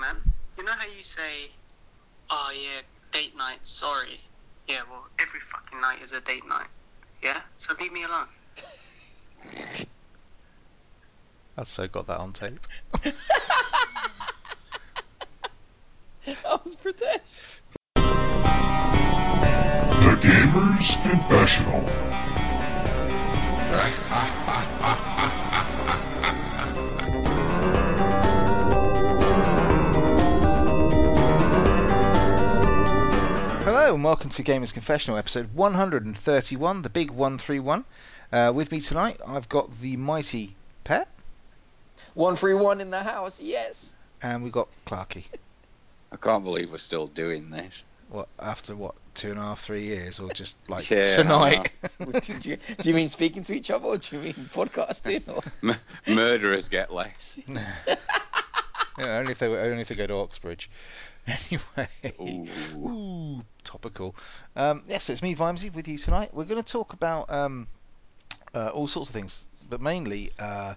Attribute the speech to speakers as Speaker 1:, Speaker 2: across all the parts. Speaker 1: man. You know how you say, oh yeah, date night, sorry. Yeah, well, every fucking night is a date night. Yeah? So leave me alone.
Speaker 2: I've so got that on tape.
Speaker 3: I was Pradesh.
Speaker 4: The Gamer's Confessional.
Speaker 2: Hello and welcome to Gamers Confessional, episode 131, the big 131. Uh, with me tonight, I've got the mighty Pet,
Speaker 3: One free one in the house, yes.
Speaker 2: and we've got Clarky.
Speaker 5: I can't believe we're still doing this.
Speaker 2: What after what two and a half, three years, or just like
Speaker 5: Yeah, I
Speaker 2: tonight?
Speaker 3: do, you, do you mean speaking to each other or do you mean podcasting? Or...
Speaker 5: M- murderers get less.
Speaker 2: yeah, only if they were, only if they go to Oxbridge. Anyway,
Speaker 5: Ooh.
Speaker 2: Ooh, topical. Um, yes, it's me, Vimesy, with you tonight. We're going to talk about um, uh, all sorts of things, but mainly, uh,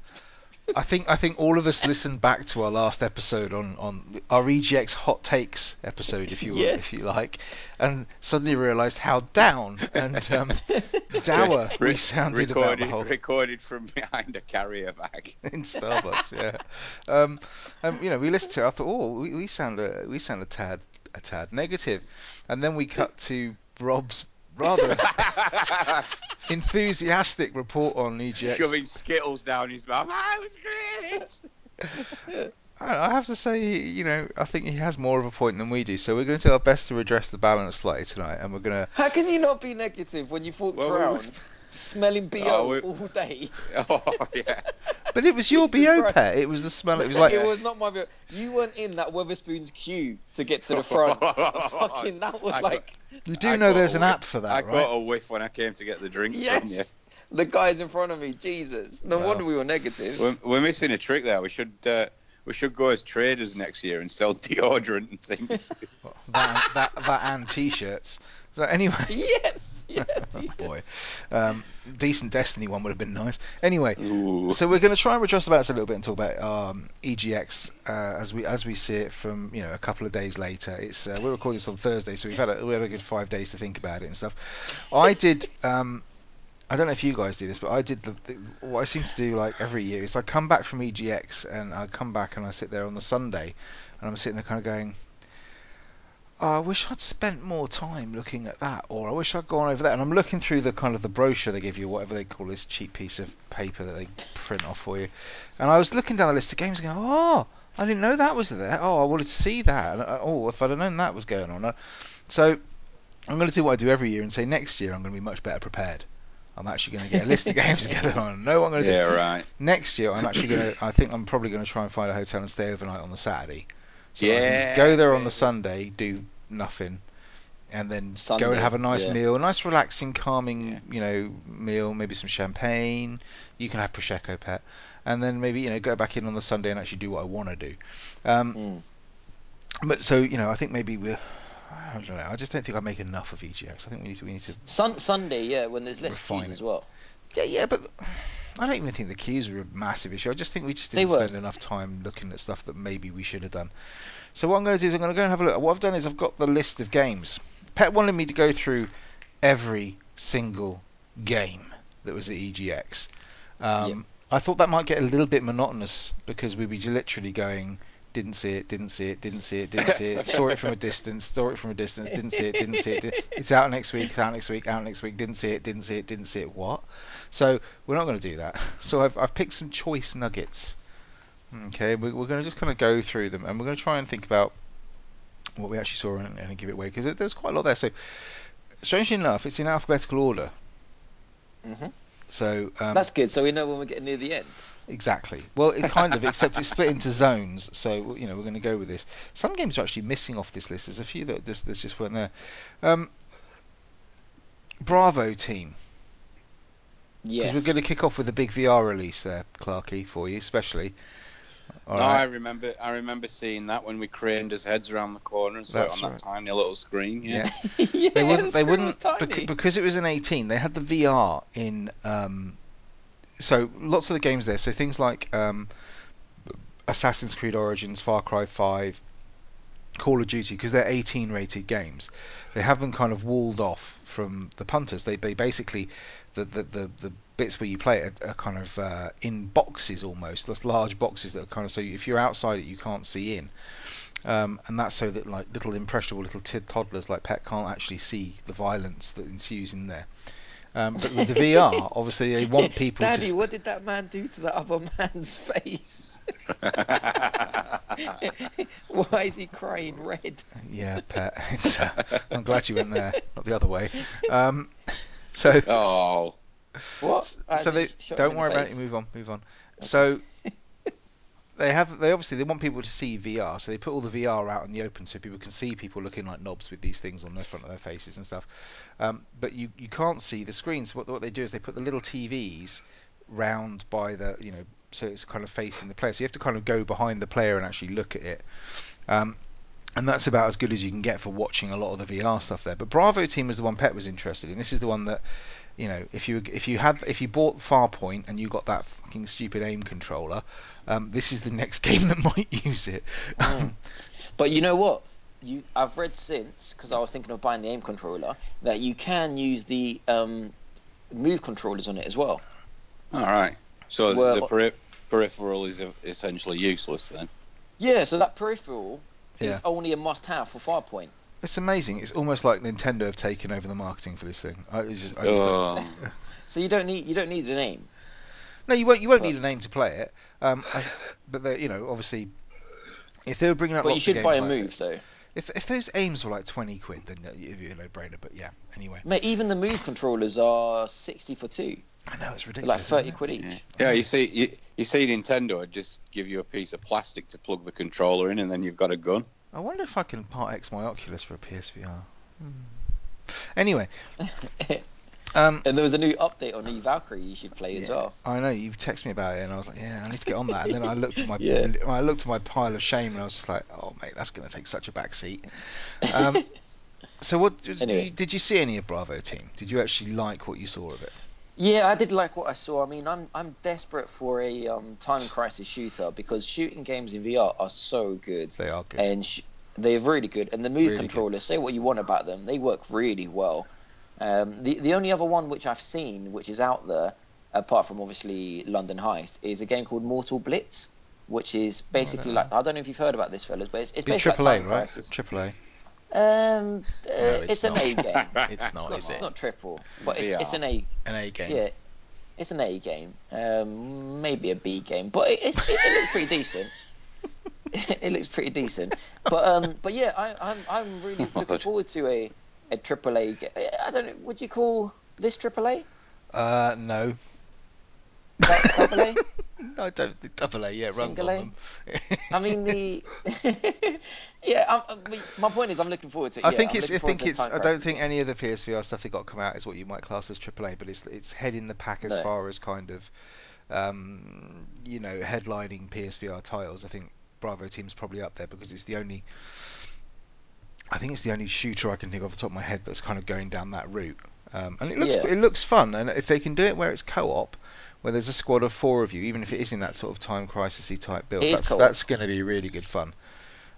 Speaker 2: I think I think all of us listened back to our last episode on on our EGX hot takes episode, if you
Speaker 3: Yes.
Speaker 2: if you like, and suddenly realised how down and um, dour we
Speaker 5: Re-
Speaker 2: sounded about the
Speaker 5: recorded,
Speaker 2: whole
Speaker 5: recorded from behind a carrier bag.
Speaker 2: in Starbucks. Yeah, um, um, you know, we listened to. it, I thought, oh, we, we sound a we sound a tad a tad negative, and then we cut to Rob's rather enthusiastic report on E EGX.
Speaker 5: Shoving skittles down his mouth. I was great.
Speaker 2: I, I have to say, you know, I think he has more of a point than we do. So we're going to do our best to redress the balance slightly tonight, and we're going to.
Speaker 3: How can you not be negative when you fought
Speaker 5: Well, we
Speaker 3: Crown?
Speaker 5: were-
Speaker 3: Smelling BO
Speaker 5: Oh, we-
Speaker 3: all day.
Speaker 5: Oh yeah.
Speaker 2: But it was your
Speaker 3: Jesus
Speaker 2: bo
Speaker 3: Christ.
Speaker 2: pet. It was the smell. It was like
Speaker 3: it was not my BO. You weren't in that Weatherspoon's queue to get to the front. Fucking, that was
Speaker 5: I got-
Speaker 3: like,
Speaker 2: you do
Speaker 5: I
Speaker 2: know
Speaker 5: got
Speaker 2: there's
Speaker 5: a
Speaker 2: an
Speaker 5: whiff.
Speaker 2: app for that,
Speaker 5: I
Speaker 2: right?
Speaker 5: got a whiff when I came to get the drinks
Speaker 3: yes. The guys in front of me, Jesus. No
Speaker 2: Wow.
Speaker 3: wonder we were
Speaker 5: from
Speaker 3: negative.
Speaker 5: you. We're, we're missing a trick there. We should uh, we should go as traders next year and sell deodorant and things.
Speaker 2: That, that that and t-shirts. So anyway.
Speaker 3: yes, yes, yes.
Speaker 2: boy. Um, decent Destiny one would have been nice. Anyway,
Speaker 5: Ooh.
Speaker 2: so we're going to try and redress the balance a little bit and talk about um, EGX uh, as we as we see it from you know a couple of days later. It's uh, we're recording this on Thursday, so we've had a, we had a good five days to think about it and stuff. I did. Um, I don't know if you guys do this, but I did the, the what I seem to do like every year is I come back from EGX and I come back and I sit there on the Sunday and I'm sitting there kind of going. "Oh, I wish I'd spent more time looking at that, or I wish I'd gone over that. And I'm looking through the kind of the brochure they give you, whatever they call this cheap piece of paper that they print off for you. And I was looking down the list of games, going, "Oh, I didn't know that was there. Oh, I wanted to see that. And, uh, Oh, if I'd have known that was going on." Uh, So I'm going to do what I do every year and say next year I'm going to be much better prepared. I'm actually going to get a list of games together. I know what I'm going to do
Speaker 5: Yeah right.
Speaker 2: next year I'm actually going to I think I'm probably going to try and find a hotel and stay overnight on the Saturday. So I
Speaker 5: Yeah,
Speaker 2: can go there on the
Speaker 5: baby.
Speaker 2: Sunday, do nothing and then go
Speaker 3: Sunday,
Speaker 2: and have a nice
Speaker 3: yeah.
Speaker 2: meal, a nice relaxing calming,
Speaker 5: Yeah.
Speaker 2: you know, meal, maybe some champagne. You can have prosecco pet and then maybe you know go back in on the Sunday and actually do what I want to do. Um,
Speaker 3: Mm.
Speaker 2: but so you know, I think maybe we are I don't know. I just don't think I make enough of EGX. I think we need to we need to
Speaker 3: Sun- Sunday, yeah, when there's less
Speaker 2: Refine
Speaker 3: queues
Speaker 2: it.
Speaker 3: as well.
Speaker 2: Yeah, yeah, but I don't even think the queues were a massive issue. I just think we just
Speaker 3: They
Speaker 2: didn't
Speaker 3: were.
Speaker 2: spend enough time looking at stuff that maybe we should have done. So what I'm going to do is I'm going to go and have a look. What I've done is I've got the list of games. Pet wanted me to go through every single game that was at EGX. Um,
Speaker 3: Yep.
Speaker 2: I thought that might get a little bit monotonous because we'd be literally going. Didn't see it. Didn't see it. Didn't see it. Didn't see it. Saw it from a distance. Saw it from a distance. Didn't see it. Didn't see it. Didn't... It's out next week. It's out next week. Out next week. Didn't see it. Didn't see it. Didn't see it. What? So we're not going to do that. So I've, I've picked some choice nuggets. Okay, we, we're going to just kind of go through them, and we're going to try and think about what we actually saw and, and give it away because there's quite a lot there. So, strangely enough, it's in alphabetical order.
Speaker 3: hmm
Speaker 2: So um,
Speaker 3: That's good. So we know when we're getting near the end.
Speaker 2: exactly well, it kind of except it's split into zones. So you know we're going to go with this. Some games are actually missing off this list. There's a few that just, that just weren't there. Um, Bravo team. Because
Speaker 3: Yes.
Speaker 2: we're going to kick off with a big VR release there, Clarky, for you, especially. All
Speaker 5: no, I
Speaker 2: right.
Speaker 5: remember. I remember seeing that when we craned his heads around the corner and saw
Speaker 2: That's
Speaker 5: it on
Speaker 2: right.
Speaker 5: that tiny little screen. Yeah.
Speaker 3: yeah,
Speaker 2: They wouldn't.
Speaker 3: the
Speaker 2: They
Speaker 3: screen was
Speaker 2: wouldn't
Speaker 3: tiny.
Speaker 2: bec- because it was an 18. They had the VR in. Um, so lots of the games there. So things like um, Assassin's Creed Origins, Far Cry 5, Call of Duty because they're 18 rated games. They have them kind of walled off from the punters. They they basically the the the, the bits where you play it are, are kind of uh, in boxes almost. That's large boxes that are kind of so if you're outside it you can't see in. Um, and that's so that like little impressionable little tid toddlers like Pet can't actually see the violence that ensues in there. Um, but with the VR, obviously they want people
Speaker 3: Daddy,
Speaker 2: to.
Speaker 3: what did that man do to that other man's face? Why is he crying red?
Speaker 2: Yeah, Pet. It's, uh, I'm glad you went there, not the other way. Um, so
Speaker 5: oh,
Speaker 3: What?
Speaker 2: so
Speaker 3: Andy
Speaker 2: they
Speaker 3: shot him
Speaker 2: don't
Speaker 3: in the
Speaker 2: worry about it.
Speaker 3: face.
Speaker 2: Move on, move on. So they have they obviously they want people to see VR, so they put all the VR out in the open so people can see people looking like knobs with these things on the front of their faces and stuff. Um, but you you can't see the screen. So what what they do is they put the little TVs round by the you know so it's kind of facing the player. So you have to kind of go behind the player and actually look at it. Um, and that's about as good as you can get for watching a lot of the VR stuff there. But Bravo Team was the one Pet was interested in. This is the one that you know, if you if you had if you bought Farpoint and you got that fucking stupid aim controller, um, this is the next game that might use it.
Speaker 3: But you know what? You, I've read since because I was thinking of buying the aim controller that you can use the um, move controllers on it as well.
Speaker 5: all right. So
Speaker 3: Well-
Speaker 5: the peri- peripheral is essentially useless then.
Speaker 3: Yeah, so that peripheral
Speaker 2: Yeah.
Speaker 3: is only a must-have for Farpoint.
Speaker 2: it's amazing. It's almost like Nintendo have taken over the marketing for this thing. I, it's just, I just don't-
Speaker 5: Oh,
Speaker 3: So you don't need you don't need an aim.
Speaker 2: No, you won't. You won't
Speaker 3: But-
Speaker 2: need a name to play it. Um, I, but they- you know, obviously, if they were bringing out,
Speaker 3: But
Speaker 2: lots
Speaker 3: you
Speaker 2: of games
Speaker 3: should buy a
Speaker 2: like
Speaker 3: move
Speaker 2: this-
Speaker 3: though.
Speaker 2: If if those aims were like twenty quid, then it'd be a no-brainer. But yeah, anyway,
Speaker 3: Mate, even the move controllers are sixty for two,
Speaker 2: I know it's
Speaker 3: They're
Speaker 2: ridiculous.
Speaker 3: like
Speaker 2: isn't
Speaker 3: thirty
Speaker 2: it?
Speaker 3: quid each.
Speaker 5: yeah. You see, you, you see, Nintendo would just give you a piece of plastic to plug the controller in, and then you've got a gun.
Speaker 2: I wonder if I can part X my Oculus for a PSVR. Hmm. Anyway, um,
Speaker 3: And there was a new update on the Valkyrie you should play as
Speaker 2: Yeah.
Speaker 3: well.
Speaker 2: I know you texted me about it, and I was like, "Yeah, I need to get on that." And then I looked at my
Speaker 3: Yeah.
Speaker 2: I looked at my pile of shame, and I was just like, "Oh, mate, that's going to take such a backseat." Um, so, what did,
Speaker 3: Anyway.
Speaker 2: did you see any of Bravo Team? Did you actually like what you saw of it?
Speaker 3: Yeah, I did like what I saw. I mean, I'm I'm desperate for a um, time crisis shooter because shooting games in VR are so good,
Speaker 2: They are good.
Speaker 3: and sh- they're really good. And the move
Speaker 2: Really good.
Speaker 3: controllers, say what you want about them, they work really well. Um, the the only other one which I've seen, which is out there, apart from obviously London Heist, is a game called Mortal Blitz, which
Speaker 2: Oh,
Speaker 3: is basically like I don't know if you've heard about this, fellas, but it's, it's
Speaker 2: Been
Speaker 3: basically
Speaker 2: AAA,
Speaker 3: like Time
Speaker 2: right?
Speaker 3: Crisis.
Speaker 2: AAA.
Speaker 3: Um, uh,
Speaker 2: it's
Speaker 3: it's, an
Speaker 2: not.
Speaker 3: A game.
Speaker 2: It's not,
Speaker 3: It's
Speaker 2: is it?
Speaker 3: not triple, but it's, it's
Speaker 5: VR.
Speaker 3: an A
Speaker 2: An A game.
Speaker 3: yeah, it's an A game, um, maybe a B game, but it, it's, it, it looks pretty decent. it looks pretty decent, but um, but yeah, I, I'm I'm really looking forward to a a triple A. Ga- I don't know. Would you call this triple A?
Speaker 2: Uh, no,
Speaker 3: That double A?
Speaker 2: I don't. AAA. Yeah, it runs
Speaker 3: Single
Speaker 2: on
Speaker 3: A?
Speaker 2: them.
Speaker 3: I mean the. yeah, I'm, I'm- but my point is I'm looking forward to it.
Speaker 2: I
Speaker 3: yeah,
Speaker 2: think
Speaker 3: I'm
Speaker 2: it's. I
Speaker 3: looking
Speaker 2: think
Speaker 3: forward to the
Speaker 2: it's.
Speaker 3: time
Speaker 2: I don't
Speaker 3: crisis.
Speaker 2: think any of the PSVR stuff that got come out is what you might class as AAA, but it's it's head in the pack as
Speaker 3: No.
Speaker 2: far as kind of, um, you know, headlining PSVR titles. I think Bravo Team's probably up there because it's the only. I think it's the only shooter I can think of off the top of my head that's kind of going down that route, um, and it looks
Speaker 3: Yeah.
Speaker 2: it looks fun. And if they can do it where it's co-op, where there's a squad of four of you, even if it is in that sort of time crisisy type build,
Speaker 3: It is
Speaker 2: that's
Speaker 3: co-op.
Speaker 2: that's going to be really good fun.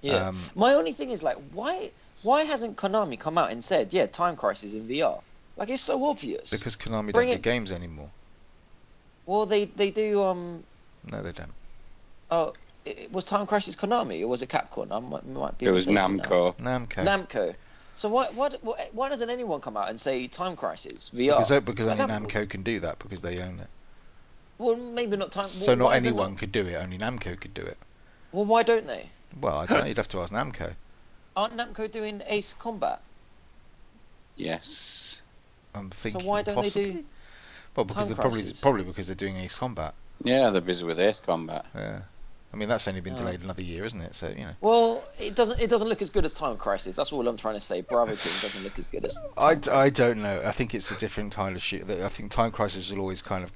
Speaker 3: Yeah.
Speaker 2: Um,
Speaker 3: My only thing is like, why why hasn't Konami come out and said, yeah, Time Crisis in VR? Like it's so obvious.
Speaker 2: because Konami don't
Speaker 3: Bring
Speaker 2: do
Speaker 3: it-
Speaker 2: games anymore.
Speaker 3: Well, they they do. Um,
Speaker 2: No, they don't.
Speaker 3: oh, it, it- was Time Crisis Konami or was it Capcom? I might, might be.
Speaker 5: It was
Speaker 3: mistaken now.
Speaker 5: Namco.
Speaker 2: Namco.
Speaker 3: Namco. So why, why d- why why doesn't anyone come out and say Time Crisis VR?
Speaker 2: Because, because only
Speaker 3: Namco-
Speaker 2: Namco can do that because they own it.
Speaker 3: Well, maybe not Time.
Speaker 2: So
Speaker 3: well,
Speaker 2: not
Speaker 3: why is it
Speaker 2: anyone could do it. Only Namco could do it.
Speaker 3: well, why don't they?
Speaker 2: Well, I don't know. You'd have to ask Namco.
Speaker 3: Aren't Namco doing Ace Combat?
Speaker 5: Yes.
Speaker 2: I'm thinking.
Speaker 3: so why don't
Speaker 2: possibly.
Speaker 3: they do?
Speaker 2: Well, because
Speaker 3: Time
Speaker 2: they're probably
Speaker 3: Crisis?
Speaker 2: probably because they're doing Ace Combat.
Speaker 5: Yeah, they're busy with Ace Combat.
Speaker 2: Yeah. I mean, that's only been
Speaker 3: Oh.
Speaker 2: delayed another year, isn't it? So you know.
Speaker 3: Well, it doesn't. It doesn't look as good as Time Crisis. That's all I'm trying to say. Bravo Team doesn't look as good as. Time
Speaker 2: I,
Speaker 3: Crisis.
Speaker 2: I don't know. I think it's a different kind of shoot. I think Time Crisis will always kind of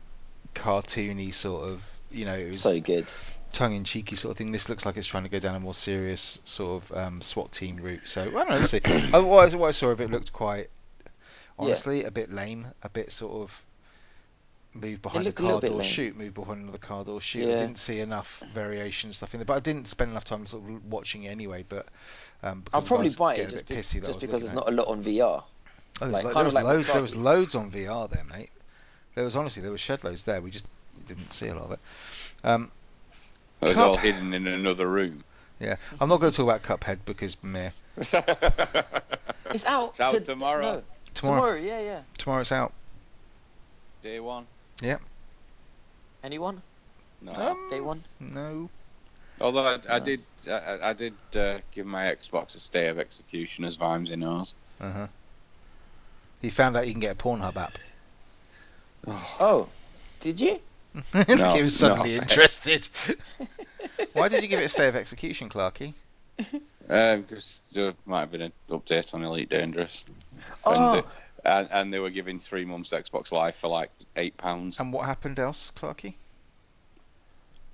Speaker 2: cartoony sort of. You know, it was
Speaker 3: so good.
Speaker 2: tongue in cheeky sort of thing. This looks like it's trying to go down a more serious sort of um, SWAT team route. So I don't know. Let's see. I, what, I, what I saw of it looked quite, honestly, a bit lame, a bit sort of. move behind the
Speaker 3: looked a little
Speaker 2: car
Speaker 3: bit
Speaker 2: door,
Speaker 3: lame.
Speaker 2: shoot, move behind another car door, shoot. I
Speaker 3: Yeah.
Speaker 2: didn't see enough variation stuff in there, but I didn't spend enough time sort of watching it anyway. But um,
Speaker 3: I'll
Speaker 2: because I
Speaker 3: probably
Speaker 2: was
Speaker 3: buy it
Speaker 2: getting a
Speaker 3: just,
Speaker 2: bit
Speaker 3: be-
Speaker 2: pissy that I
Speaker 3: just
Speaker 2: was
Speaker 3: because
Speaker 2: looking at
Speaker 3: there's
Speaker 2: it.
Speaker 3: not a lot on VR.
Speaker 2: Oh, there's
Speaker 3: Like,
Speaker 2: lo-
Speaker 3: kind
Speaker 2: there
Speaker 3: of
Speaker 2: was
Speaker 3: like what
Speaker 2: loads. There
Speaker 3: Clark
Speaker 2: was
Speaker 3: did.
Speaker 2: loads on VR there, mate. There was honestly there was shed loads there. We just didn't see a lot of it. Um,
Speaker 5: It was
Speaker 2: Cup.
Speaker 5: all hidden in another room.
Speaker 2: yeah, I'm not going to talk about Cuphead because meh.
Speaker 3: It's out.
Speaker 5: It's out
Speaker 3: to-
Speaker 5: tomorrow.
Speaker 3: no,
Speaker 2: Tomorrow, tomorrow,
Speaker 3: yeah, yeah.
Speaker 2: it's out.
Speaker 5: Day one.
Speaker 3: Anyone?
Speaker 5: No.
Speaker 2: Um,
Speaker 3: Day one?
Speaker 2: No.
Speaker 5: Although I, I
Speaker 3: no.
Speaker 5: did, I- I, I did uh, give my Xbox a stay of execution as Vimesy knows.
Speaker 2: Uh huh. He found out you can get a Pornhub app.
Speaker 3: Oh, did you?
Speaker 5: No,
Speaker 2: he was suddenly
Speaker 5: no.
Speaker 2: interested. Why did you give it a stay of execution, Clarky?
Speaker 5: Because Uh, there might have been an update on Elite Dangerous,
Speaker 3: Oh,
Speaker 5: and, the, and, and they were giving three months Xbox Live for like eight pounds.
Speaker 2: And what happened else, Clarky?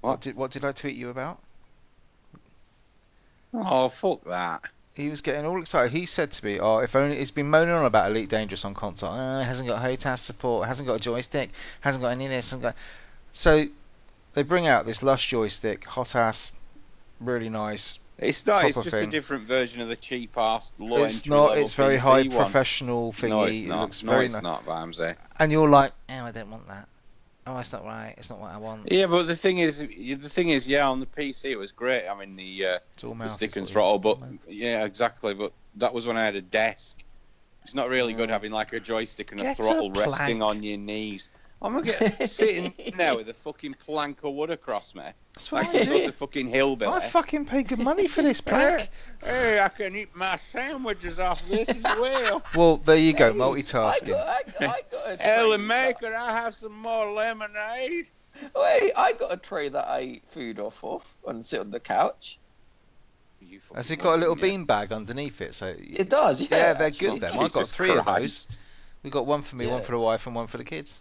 Speaker 5: What?
Speaker 2: did what did I tweet you about?
Speaker 5: Oh fuck that!
Speaker 2: He was getting all excited. He said to me, "Oh, if only he's been moaning on about Elite Dangerous on console. Uh, it hasn't got HOTAS support. it Hasn't got a joystick. Hasn't got any of this. Hasn't got." So they bring out this lush joystick, hot ass, really nice.
Speaker 5: It's not. it's
Speaker 2: Proper
Speaker 5: just
Speaker 2: thing.
Speaker 5: a different version of the cheap ass low
Speaker 2: it's
Speaker 5: entry
Speaker 2: not.
Speaker 5: level
Speaker 2: It's very
Speaker 5: PC
Speaker 2: high
Speaker 5: one.
Speaker 2: professional thingy.
Speaker 5: No, it's
Speaker 2: It
Speaker 5: not.
Speaker 2: looks
Speaker 5: no,
Speaker 2: very
Speaker 5: it's
Speaker 2: nice.
Speaker 5: not Vimesy.
Speaker 2: And you're like, "Oh, I don't want that. Oh, it's not right. It's not what I want."
Speaker 5: Yeah, but the thing is, the thing is, yeah, on the PC it was great. I mean, the uh,
Speaker 2: It's all
Speaker 5: the
Speaker 2: mouth. is
Speaker 5: stick and
Speaker 2: what he-
Speaker 5: throttle, but yeah, exactly. But that was when I had a desk. It's not really good
Speaker 3: Yeah.
Speaker 5: having like a joystick and
Speaker 2: Get a
Speaker 5: a throttle resting
Speaker 2: plank.
Speaker 5: on your knees. I'm gonna get sitting there with a fucking plank of wood across me.
Speaker 2: That's
Speaker 5: I
Speaker 2: what I
Speaker 5: feel
Speaker 2: do.
Speaker 5: like a fucking hillbilly.
Speaker 2: I fucking paid good money for this plank.
Speaker 5: hey, I can eat my sandwiches off this as well.
Speaker 2: well, there you go,
Speaker 3: Hey, I
Speaker 2: multitasking.
Speaker 3: got, I, got- I got a
Speaker 5: Ellen
Speaker 3: tray
Speaker 5: May,
Speaker 3: that-
Speaker 5: could I have some more lemonade?
Speaker 3: Wait, I got a tray that I ate food off of and sit on the couch.
Speaker 5: You fucking
Speaker 2: Has it got a little
Speaker 5: woman,
Speaker 2: bean bag underneath it? So
Speaker 3: It does, yeah.
Speaker 2: Yeah, they're
Speaker 3: actually.
Speaker 2: good then.
Speaker 5: Jesus
Speaker 2: I've got three of those.
Speaker 5: Christ.
Speaker 2: We got one for me, one
Speaker 3: Yeah.
Speaker 2: for the wife, and one for the kids.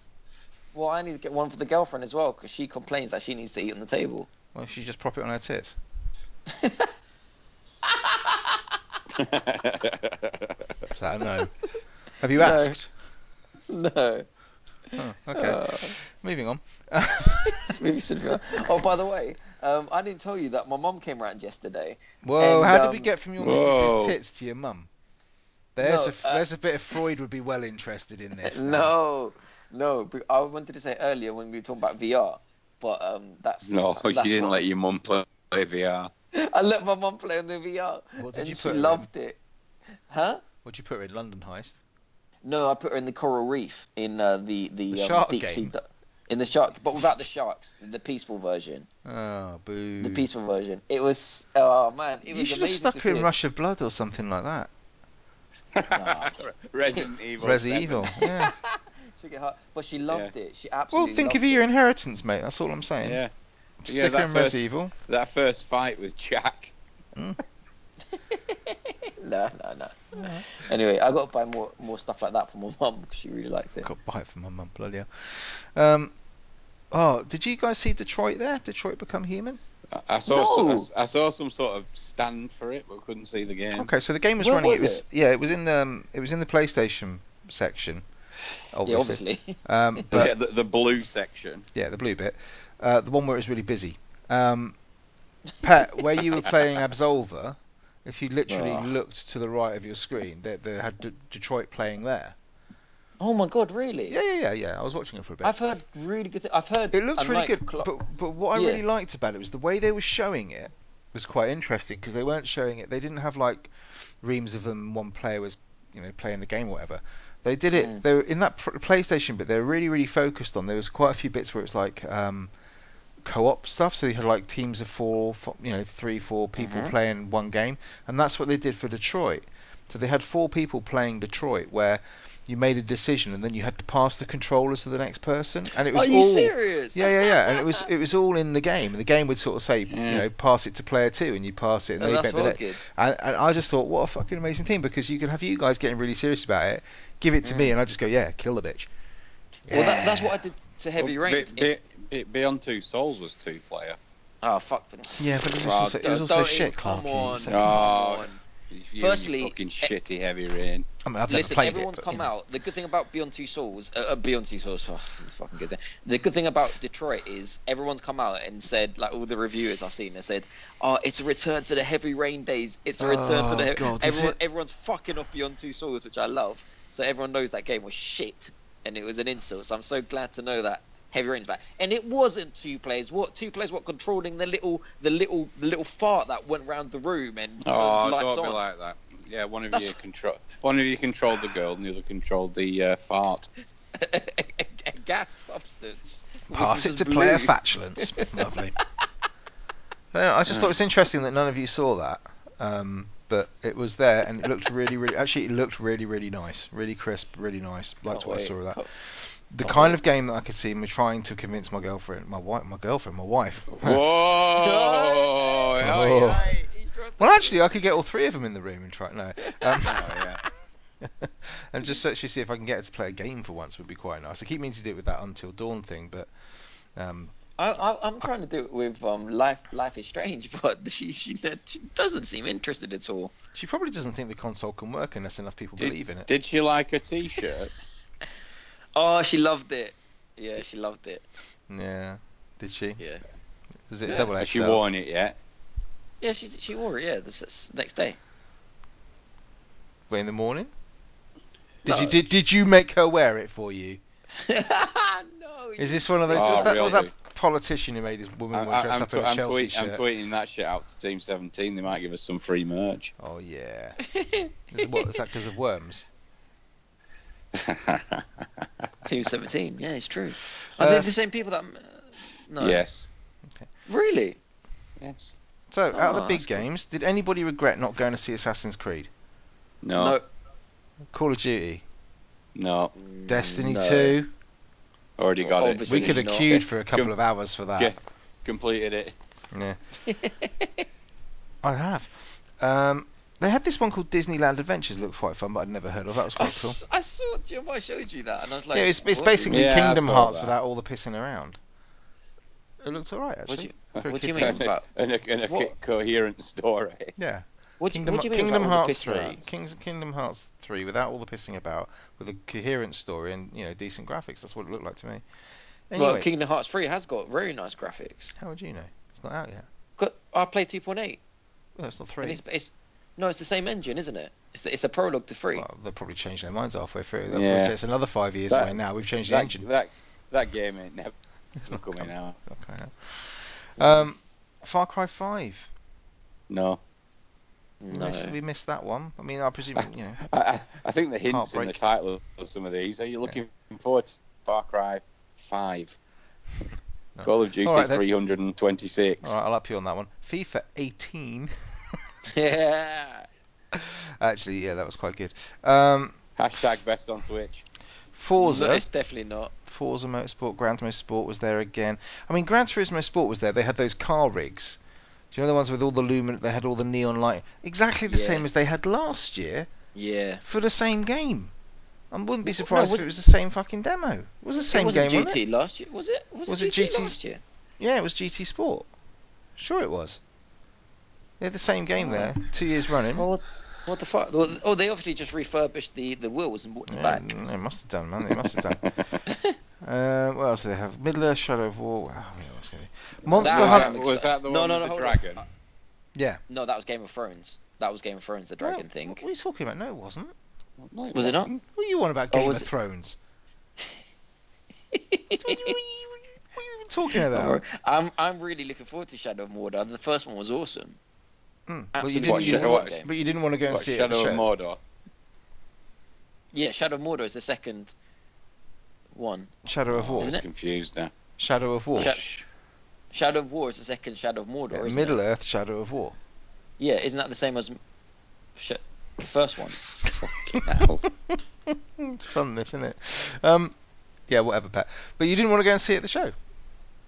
Speaker 3: Well, I need to get one for the girlfriend as well because she complains that she needs to eat on the table.
Speaker 2: Well, she just prop it on her tits. Is that a no? Have you
Speaker 3: No.
Speaker 2: asked?
Speaker 3: no.
Speaker 2: Oh, okay.
Speaker 3: Uh,
Speaker 2: Moving on.
Speaker 3: Smoothie Cinderella. Oh, by the way, um, I didn't tell you that my mum came round yesterday.
Speaker 2: Whoa!
Speaker 3: And,
Speaker 2: how did we
Speaker 3: um,
Speaker 2: get from your
Speaker 5: Whoa.
Speaker 2: missus's tits to your mum? There's
Speaker 3: No,
Speaker 2: a f
Speaker 3: uh,
Speaker 2: there's a bit of Freud would be well interested in this. now.
Speaker 3: No, no. but I wanted to say earlier when we were talking about VR, but um, that's
Speaker 5: No, you
Speaker 3: that's
Speaker 5: didn't
Speaker 3: not-
Speaker 5: let your mum play VR.
Speaker 3: I let my mum play on the VR,
Speaker 2: What did
Speaker 3: and
Speaker 2: you
Speaker 3: she
Speaker 2: put her in?
Speaker 3: loved it. Huh?
Speaker 2: Would you put her in London Heist?
Speaker 3: No, I put her in the coral reef in uh, the the,
Speaker 2: The
Speaker 3: um,
Speaker 2: shark
Speaker 3: deep sea.
Speaker 2: game.
Speaker 3: di- in the shark, but without the sharks, the peaceful version.
Speaker 2: Oh, boo!
Speaker 3: The peaceful version. It was oh man, it
Speaker 2: you
Speaker 3: was
Speaker 2: should have
Speaker 3: amazing
Speaker 2: stuck
Speaker 3: to
Speaker 2: her
Speaker 3: see
Speaker 2: in
Speaker 3: it.
Speaker 2: Rush of Blood or something like that.
Speaker 3: Nah,
Speaker 5: Resident Evil.
Speaker 2: Resi
Speaker 5: 7.
Speaker 2: Evil. Yeah.
Speaker 3: she get hurt, but she loved it. She absolutely.
Speaker 2: well, think of
Speaker 3: loved
Speaker 2: your
Speaker 3: it.
Speaker 2: inheritance, mate. That's all I'm saying.
Speaker 5: Yeah,
Speaker 2: Stick
Speaker 5: Yeah,
Speaker 2: her
Speaker 5: that
Speaker 2: in
Speaker 5: first-
Speaker 2: Resi Evil.
Speaker 5: that first fight with Jack.
Speaker 3: No, no, no. Anyway, I got to buy more more stuff like that for my mum because she really liked it.
Speaker 2: Got bite from my mum, bloody hell. Um, oh, did you guys see Detroit there? Detroit Become Human?
Speaker 5: I- I saw,
Speaker 3: No.
Speaker 5: so- I saw some sort of stand for it, but couldn't see the game.
Speaker 2: Okay, so the game was
Speaker 3: Where
Speaker 2: running.
Speaker 3: was
Speaker 2: it was yeah, it was in the um, it was in the PlayStation section. Obviously.
Speaker 3: Yeah, obviously.
Speaker 2: Um, but
Speaker 5: Yeah, the, the blue section.
Speaker 2: yeah, the blue bit, uh, the one where it's really busy. Um, Pat, where you were playing Absolver, if you literally
Speaker 3: Ah.
Speaker 2: looked to the right of your screen, they, they had D- Detroit playing there.
Speaker 3: Oh my god, really?
Speaker 2: Yeah, yeah, yeah, yeah. I was watching it for a bit.
Speaker 3: I've heard really good. Th- I've heard
Speaker 2: It looked really
Speaker 3: unlike
Speaker 2: good,
Speaker 3: Clo-
Speaker 2: but but what I
Speaker 3: Yeah.
Speaker 2: really liked about it was the way they were showing it was quite interesting because they weren't showing it. They didn't have like reams of them. One player was you know playing the game or whatever. They did it.
Speaker 3: Mm.
Speaker 2: They were in that pr- PlayStation bit. They were really really focused on. There was quite a few bits where it's like um, co-op stuff. So you had like teams of four, fo- you know, three four people
Speaker 3: Mhm.
Speaker 2: playing one game, and that's what they did for Detroit. So they had four people playing Detroit where. You made a decision, and then you had to pass the controllers to the next person, and it was
Speaker 3: Are you
Speaker 2: all
Speaker 3: serious?
Speaker 2: yeah, yeah, yeah. And it was it was all in the game. The game would sort of say, you
Speaker 5: Yeah.
Speaker 2: know, pass it to player two, and you pass it, and
Speaker 3: Oh,
Speaker 2: they
Speaker 3: that's
Speaker 2: make the next.
Speaker 3: wicked.
Speaker 2: And, and I just thought, what a fucking amazing thing, because you could have you guys getting really serious about it, give it to me, and I just go, yeah, kill the bitch.
Speaker 3: Well, that, that's what I did to Heavy
Speaker 5: Well,
Speaker 3: Rain.
Speaker 5: Be- Be- Be- Beyond Two Souls was two player.
Speaker 3: Oh fuck!
Speaker 2: Yeah, but it was
Speaker 5: Oh,
Speaker 2: also, it was
Speaker 3: don't-
Speaker 2: also
Speaker 3: don't
Speaker 2: shit,
Speaker 3: even- come
Speaker 2: Clarky.
Speaker 3: on.
Speaker 2: So-
Speaker 5: Oh,
Speaker 3: Come on.
Speaker 5: If you and your
Speaker 3: Firstly,
Speaker 5: fucking
Speaker 3: e-
Speaker 5: shitty heavy rain.
Speaker 2: I mean, I've
Speaker 3: Listen,
Speaker 2: never played
Speaker 3: everyone's
Speaker 2: it. but,
Speaker 3: come
Speaker 2: you know.
Speaker 3: out. The good thing about Beyond Two Souls, uh, uh, Beyond Two Souls, oh, fucking good. Thing. The good thing about Detroit is everyone's come out and said, like all the reviewers I've seen, they said, "Oh, it's a return to the heavy rain days. It's a return to
Speaker 2: Oh,
Speaker 3: the." he-"
Speaker 2: God, is
Speaker 3: everyone,
Speaker 2: it?
Speaker 3: everyone's fucking off Beyond Two Souls, which I love. So everyone knows that game was shit and it was an insult. So I'm so glad to know that heavy rain's back. And it wasn't two players. What two players? What controlling the little, the little, the little fart that went round the room and turned
Speaker 5: Oh,
Speaker 3: lights on.
Speaker 5: don't be like that. Yeah, one of
Speaker 3: That's-
Speaker 5: you control. One of you controlled the girl, and the other controlled the uh, fart.
Speaker 3: a, gas substance.
Speaker 2: Pass
Speaker 3: which
Speaker 2: it
Speaker 3: was
Speaker 2: to player
Speaker 3: blue.
Speaker 2: fatulence. Lovely. Yeah, I just thought it was interesting that none of you saw that, um, but it was there and it looked really, really. Actually, it looked really, really nice. Really crisp, really nice. Liked what
Speaker 3: Can't
Speaker 2: I
Speaker 3: Oh, wait.
Speaker 2: saw of that.
Speaker 3: Can't-
Speaker 2: the kind of game that I could see me trying to convince my girlfriend, my wife, my girlfriend, my wife.
Speaker 5: Whoa!
Speaker 2: Oh.
Speaker 5: yeah.
Speaker 2: Well, actually, I could get all three of them in the room and try. No, um, and just actually see if I can get her to play a game for once would be quite nice. I keep meaning to do it with that Until Dawn thing, but um,
Speaker 3: I, I, I'm trying to do it with um, life. Life is strange, but she, she she doesn't seem interested at all.
Speaker 2: she probably doesn't think the console can work unless enough people believe in it.
Speaker 5: Did she like her T-shirt?
Speaker 3: Oh, she loved it. Yeah, she loved it.
Speaker 2: Yeah. Did she?
Speaker 3: Yeah.
Speaker 2: Was it
Speaker 3: Yeah.
Speaker 2: double XL?
Speaker 5: Has she worn it yet?
Speaker 3: Yeah, she she wore it. Yeah, this, this next day.
Speaker 2: Wait, in the morning? Did
Speaker 3: No.
Speaker 2: you did did you make her wear it for you?
Speaker 3: no.
Speaker 2: Is this one of those?
Speaker 5: Oh,
Speaker 2: was, that, was
Speaker 5: really?
Speaker 2: that politician who made his woman wear-
Speaker 5: I-
Speaker 2: dress
Speaker 5: I'm,
Speaker 2: up
Speaker 5: tw-
Speaker 2: in a
Speaker 5: I'm,
Speaker 2: Chelsea
Speaker 5: tweet- I'm
Speaker 2: shirt?
Speaker 5: tweeting that shit out to Team 17. They might give us some free merch.
Speaker 2: Oh yeah. Is, what, is that because of worms?
Speaker 3: Team 17. Yeah, it's true.
Speaker 2: Uh,
Speaker 3: Are they the
Speaker 2: s-
Speaker 3: same people that? I'm, uh, no.
Speaker 5: Yes.
Speaker 3: Really?
Speaker 5: Yes.
Speaker 2: So, out of
Speaker 3: Oh,
Speaker 2: the big
Speaker 3: that's good.
Speaker 2: games, did anybody regret not going to see Assassin's Creed,
Speaker 5: No.
Speaker 2: Call of Duty,
Speaker 5: No.
Speaker 3: No.
Speaker 2: Destiny
Speaker 3: Mm, No.
Speaker 2: Two?
Speaker 5: Already got it.
Speaker 3: Obviously.
Speaker 2: We could have
Speaker 3: not.
Speaker 2: queued for a couple
Speaker 5: Good.
Speaker 2: of hours for that.
Speaker 5: Good. Completed it.
Speaker 2: I have. Um, they had this one called Disneyland Adventures. Looked quite fun, but I'd never heard of. That was
Speaker 3: I,
Speaker 2: quite cool.
Speaker 3: s- I saw Jim. I showed you that, and I was like,
Speaker 2: yeah, it's, it's
Speaker 3: what?
Speaker 2: basically
Speaker 5: Yeah, I
Speaker 2: Kingdom
Speaker 5: saw
Speaker 2: Hearts
Speaker 5: that.
Speaker 2: without all the pissing around. It looks alright
Speaker 3: What do
Speaker 2: actually.
Speaker 3: you-
Speaker 2: For a
Speaker 3: what do you
Speaker 2: kid's
Speaker 3: mean
Speaker 2: game.
Speaker 3: about-
Speaker 5: And a, and a
Speaker 3: What?
Speaker 5: coherent story.
Speaker 2: Yeah,
Speaker 3: What, do-
Speaker 2: Kingdom,
Speaker 3: what do you mean
Speaker 2: Kingdom
Speaker 3: about all the
Speaker 2: Hearts
Speaker 3: pissing
Speaker 2: three,
Speaker 3: around?
Speaker 2: Kings, Kingdom Hearts three, without all the pissing about, with a coherent story and you know decent graphics. That's what it looked like to me. Anyway,
Speaker 3: Well, Kingdom Hearts 3 has got very nice graphics.
Speaker 2: how would you know? It's not out yet.
Speaker 3: Got I played 2.8,
Speaker 2: Well, it's not
Speaker 3: and
Speaker 2: three.
Speaker 3: it's, it's no, it's the same engine, isn't it? It's the, it's the prologue to 3.
Speaker 2: Well, they'll probably change their minds halfway through. They'll
Speaker 5: Yeah.
Speaker 2: probably say it's another five years
Speaker 5: That-
Speaker 2: away now. We've changed the
Speaker 5: That,
Speaker 2: engine.
Speaker 5: that, that game ain't never
Speaker 2: It's not
Speaker 5: coming
Speaker 2: coming.
Speaker 5: out.
Speaker 2: Okay. Um, Far Cry Five.
Speaker 5: No.
Speaker 2: We,
Speaker 3: No.
Speaker 2: missed, we missed that one. I mean, I presume you know.
Speaker 5: I, I, I think the hints in the
Speaker 2: Heartbreak.
Speaker 5: title of some of these. Are you looking forward to Far Cry 5?
Speaker 2: No.
Speaker 5: Call of Duty
Speaker 2: All right, then.
Speaker 5: 326.
Speaker 2: All right, I'll up you on that one. FIFA 18.
Speaker 3: Yeah.
Speaker 2: Actually, yeah, that was quite good. Um,
Speaker 5: Hashtag best on Switch.
Speaker 2: Forza.
Speaker 3: No, it's definitely not.
Speaker 2: Forza Motorsport, Gran Turismo Sport was there again. I mean, Gran Turismo Sport was there. They had those car rigs. Do you know the ones with all the lumen? They had all the neon light. Exactly the
Speaker 3: Yeah.
Speaker 2: same as they had last year
Speaker 3: Yeah.
Speaker 2: for the same game. I wouldn't be
Speaker 3: No,
Speaker 2: surprised if
Speaker 3: was it-
Speaker 2: it was the same fucking demo. It was the
Speaker 3: it
Speaker 2: same game,
Speaker 3: wasn't
Speaker 2: wasn't it?
Speaker 3: GT last year, was it? Was,
Speaker 2: Was it
Speaker 3: it GT,
Speaker 2: GT?
Speaker 3: last year?
Speaker 2: Yeah, it was GT Sport. Sure, it was. They had the same game there, two years running.
Speaker 3: Oh, what, what the fuck? Well, Oh, they obviously just refurbished the, the wheels and brought them
Speaker 2: Yeah,
Speaker 3: back.
Speaker 2: n- They must have done, man. They must have done. uh, what else do they have? Middle Earth Shadow of War. Oh, yeah, that's gonna be- Monster
Speaker 3: was
Speaker 2: Hunter.
Speaker 5: that,
Speaker 3: Hunter-
Speaker 5: was that the
Speaker 3: No,
Speaker 5: one
Speaker 3: no,
Speaker 5: with
Speaker 3: no,
Speaker 5: the
Speaker 3: hold on.
Speaker 5: dragon?
Speaker 3: No, that was Game of Thrones. That was Game of Thrones, the dragon
Speaker 2: No,
Speaker 3: thing.
Speaker 2: What are you talking about? No, it wasn't.
Speaker 3: Was it not?
Speaker 2: What are you on about
Speaker 3: Oh,
Speaker 2: Game of
Speaker 3: was it-
Speaker 2: Thrones? what, are you, what are you- what are you even talking about?
Speaker 3: I'm I'm really looking forward to Shadow of Mordor. The first one was awesome.
Speaker 2: Mm, But you
Speaker 3: Absolutely
Speaker 2: didn't,
Speaker 5: What,
Speaker 2: you
Speaker 5: Shadow-
Speaker 2: didn't-
Speaker 5: what-
Speaker 2: but you didn't want to go and
Speaker 5: What,
Speaker 2: see
Speaker 5: Shadow
Speaker 2: it.
Speaker 5: of
Speaker 2: at the show.
Speaker 5: Mordor.
Speaker 3: Yeah, Shadow of Mordor is the second one.
Speaker 2: Shadow of
Speaker 5: Oh, I
Speaker 2: War.
Speaker 5: was
Speaker 3: Isn't it?
Speaker 5: confused now.
Speaker 2: Shadow of War.
Speaker 3: Sha- Shadow of War is the second Shadow of Mordor.
Speaker 2: Yeah,
Speaker 3: isn't
Speaker 2: Middle
Speaker 3: it?
Speaker 2: Earth Shadow of War.
Speaker 3: Yeah, isn't that the same as sh- first one?
Speaker 2: It's on this, isn't it? Um, yeah, whatever, Pat. But you didn't want to go and see it at the show.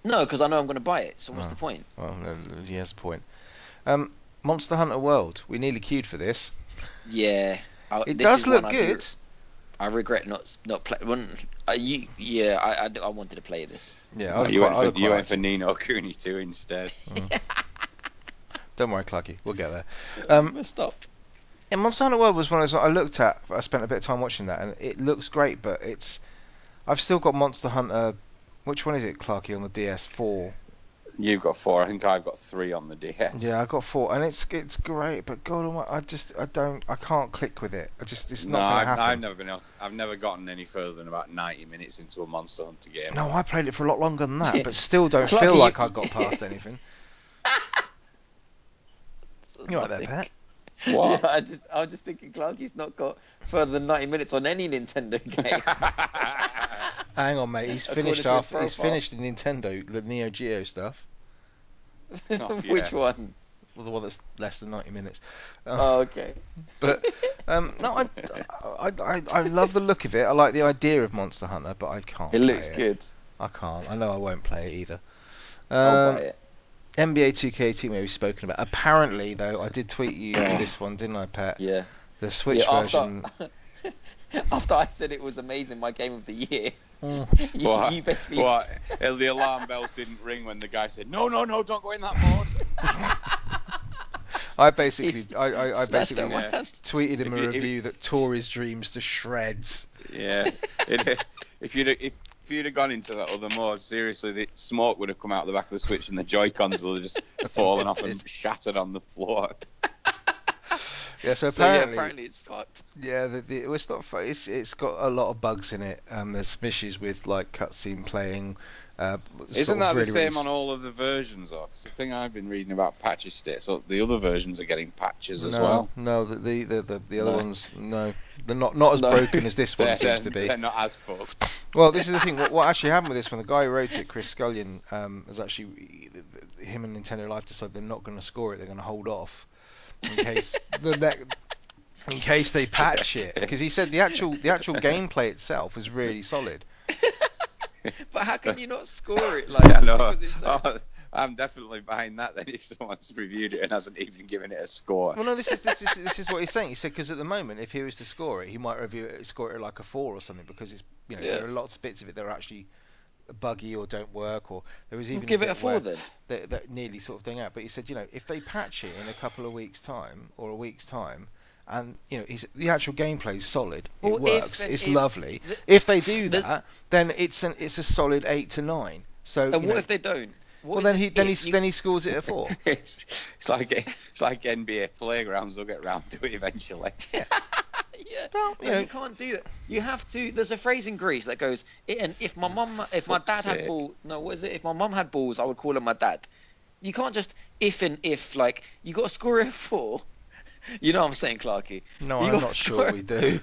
Speaker 3: No, because I know I'm going to buy it. So what's
Speaker 2: Oh.
Speaker 3: the point?
Speaker 2: Well, no, he has a point. Um, Monster Hunter World. We nearly queued for this.
Speaker 3: Yeah, I,
Speaker 2: It
Speaker 3: this
Speaker 2: does
Speaker 3: is
Speaker 2: look
Speaker 3: one I do-
Speaker 2: good.
Speaker 3: I regret not not play. When, uh, you, yeah, I, I, do- I wanted to play this.
Speaker 2: Yeah,
Speaker 5: Oh,
Speaker 2: I'd
Speaker 5: you
Speaker 2: quite-
Speaker 5: went
Speaker 2: I'd
Speaker 5: for, you
Speaker 2: quite
Speaker 5: went for
Speaker 2: like
Speaker 5: Nino Cooney 2 instead.
Speaker 2: to- Don't worry, Clucky. We'll get there. Um,
Speaker 3: Messed up.
Speaker 2: And Monsanto World was one of those I looked at. I spent a bit of time watching that, and it looks great, but it's. I've still got Monster Hunter. Which one is it, Clarky, on the DS4?
Speaker 5: You've got four. I think I've got three on the DS.
Speaker 2: Yeah, I got four, and it's it's great, but God, almighty, I just I don't I can't click with it. I just it's not
Speaker 5: no,
Speaker 2: going to
Speaker 5: I've,
Speaker 2: happen.
Speaker 5: I've never been able. To, I've never gotten any further than about ninety minutes into a Monster Hunter game.
Speaker 2: No, I played it for a lot longer than that, but still don't
Speaker 3: Clarky,
Speaker 2: feel
Speaker 3: you-
Speaker 2: like I got past anything. You right there, Pat?
Speaker 5: What?
Speaker 3: Yeah, I just I was just thinking Clarky's not got further than ninety minutes on any Nintendo game.
Speaker 2: Hang on, mate. He's
Speaker 3: According
Speaker 2: finished
Speaker 3: to his
Speaker 2: off. He's
Speaker 3: profile.
Speaker 2: finished the Nintendo, the Neo Geo stuff.
Speaker 5: Oh, yeah.
Speaker 3: Which one?
Speaker 2: Well, the one that's less than ninety minutes.
Speaker 3: Oh, okay.
Speaker 2: but um, no, I, I, I, I love the look of it. I like the idea of Monster Hunter, but I can't.
Speaker 3: It looks
Speaker 2: play
Speaker 3: good.
Speaker 2: I can't. I know I won't play it either.
Speaker 3: I'll
Speaker 2: Um,
Speaker 3: buy it.
Speaker 2: NBA 2K team we've spoken about. Apparently, though, I did tweet you this one, didn't I, Pat?
Speaker 3: Yeah.
Speaker 2: The Switch
Speaker 3: yeah,
Speaker 2: Uh, version.
Speaker 3: After, after I said it was amazing, my game of the year.
Speaker 2: Mm.
Speaker 3: You,
Speaker 5: What?
Speaker 3: you basically.
Speaker 5: What? And The alarm bells didn't ring when the guy said, "No, no, no, don't go in that mode."
Speaker 2: I basically,
Speaker 3: He's-
Speaker 2: I, I, I
Speaker 3: smashed
Speaker 2: basically
Speaker 3: it,
Speaker 5: yeah.
Speaker 3: man.
Speaker 2: tweeted him
Speaker 5: If
Speaker 2: a
Speaker 5: you- if-
Speaker 2: review that tore his dreams to shreds.
Speaker 5: Yeah. It, if you'd if, if you'd have gone into that other mode, seriously, the smoke would have come out the back of the Switch, and the Joy Cons would have just fallen off and shattered on the floor.
Speaker 2: Yeah, so
Speaker 3: So, yeah,
Speaker 2: apparently,
Speaker 3: apparently it's fucked.
Speaker 2: Yeah, the, the, it's not. fu- It's it's got a lot of bugs in it. Um, there's some issues with like cutscene playing. Uh, sort
Speaker 5: Isn't
Speaker 2: of
Speaker 5: that
Speaker 2: really,
Speaker 5: the same
Speaker 2: really
Speaker 5: on all of the versions, though? 'Cause the thing I've been reading about patches state, so the other versions are getting patches as
Speaker 2: no,
Speaker 5: well.
Speaker 2: No, the the the, the, the other
Speaker 5: No.
Speaker 2: ones no, they're not not as
Speaker 3: No.
Speaker 2: broken as this one
Speaker 5: They're,
Speaker 2: seems to
Speaker 5: they're-
Speaker 2: be.
Speaker 5: they're not as fucked.
Speaker 2: Well, this is the thing. What, what actually happened with this one? The guy who wrote it, Chris Scullion, um, has actually him and Nintendo Life decided they're not going to score it. They're going to hold off in case the next. In case they patch it, because he said the actual the actual gameplay itself was really solid.
Speaker 3: But how can you not score it? Like,
Speaker 5: Yeah, no.
Speaker 3: because it's so
Speaker 5: Oh, I'm definitely buying that then if someone's reviewed it and hasn't even given it a score.
Speaker 2: Well, no, this is this is this is what he's saying. He said because at the moment, if he was to score it, he might review it, score it like a four or something because it's you know
Speaker 3: Yeah.
Speaker 2: there are lots of bits of it that are actually buggy or don't work or there was even
Speaker 3: give it
Speaker 2: bit
Speaker 3: a four
Speaker 2: where
Speaker 3: then.
Speaker 2: that, that nearly sort of thing out. But he said, you know, if they patch it in a couple of weeks' time or a week's time, and you know, he's, the actual gameplay is solid, it
Speaker 3: Well, if
Speaker 2: works,
Speaker 3: and
Speaker 2: it's
Speaker 3: if-
Speaker 2: lovely.
Speaker 3: the-
Speaker 2: if they do
Speaker 3: the-
Speaker 2: that, then it's an it's a solid eight to nine. So
Speaker 3: And
Speaker 2: you
Speaker 3: what
Speaker 2: know,
Speaker 3: if they don't? What
Speaker 2: well
Speaker 3: is
Speaker 2: then
Speaker 3: this
Speaker 2: he then
Speaker 3: it?
Speaker 2: he
Speaker 3: You-
Speaker 2: then he scores it a four.
Speaker 5: It's, it's like it's like NBA playgrounds. They'll get round to it eventually.
Speaker 3: yeah.
Speaker 2: Well, you
Speaker 3: Like,
Speaker 2: know,
Speaker 3: you can't do that. You have to. There's a phrase in Greece that goes, "I- "And if my mum, if my dad
Speaker 5: fuck's
Speaker 3: had
Speaker 5: sake.
Speaker 3: ball, no, what is it? If my mum had balls, I would call her my dad." You can't just if and if like you got to score it four. You know what I'm saying, Clarky?
Speaker 2: no,
Speaker 3: you
Speaker 2: I'm
Speaker 3: got
Speaker 2: not
Speaker 3: to
Speaker 2: sure
Speaker 3: score-
Speaker 2: we do.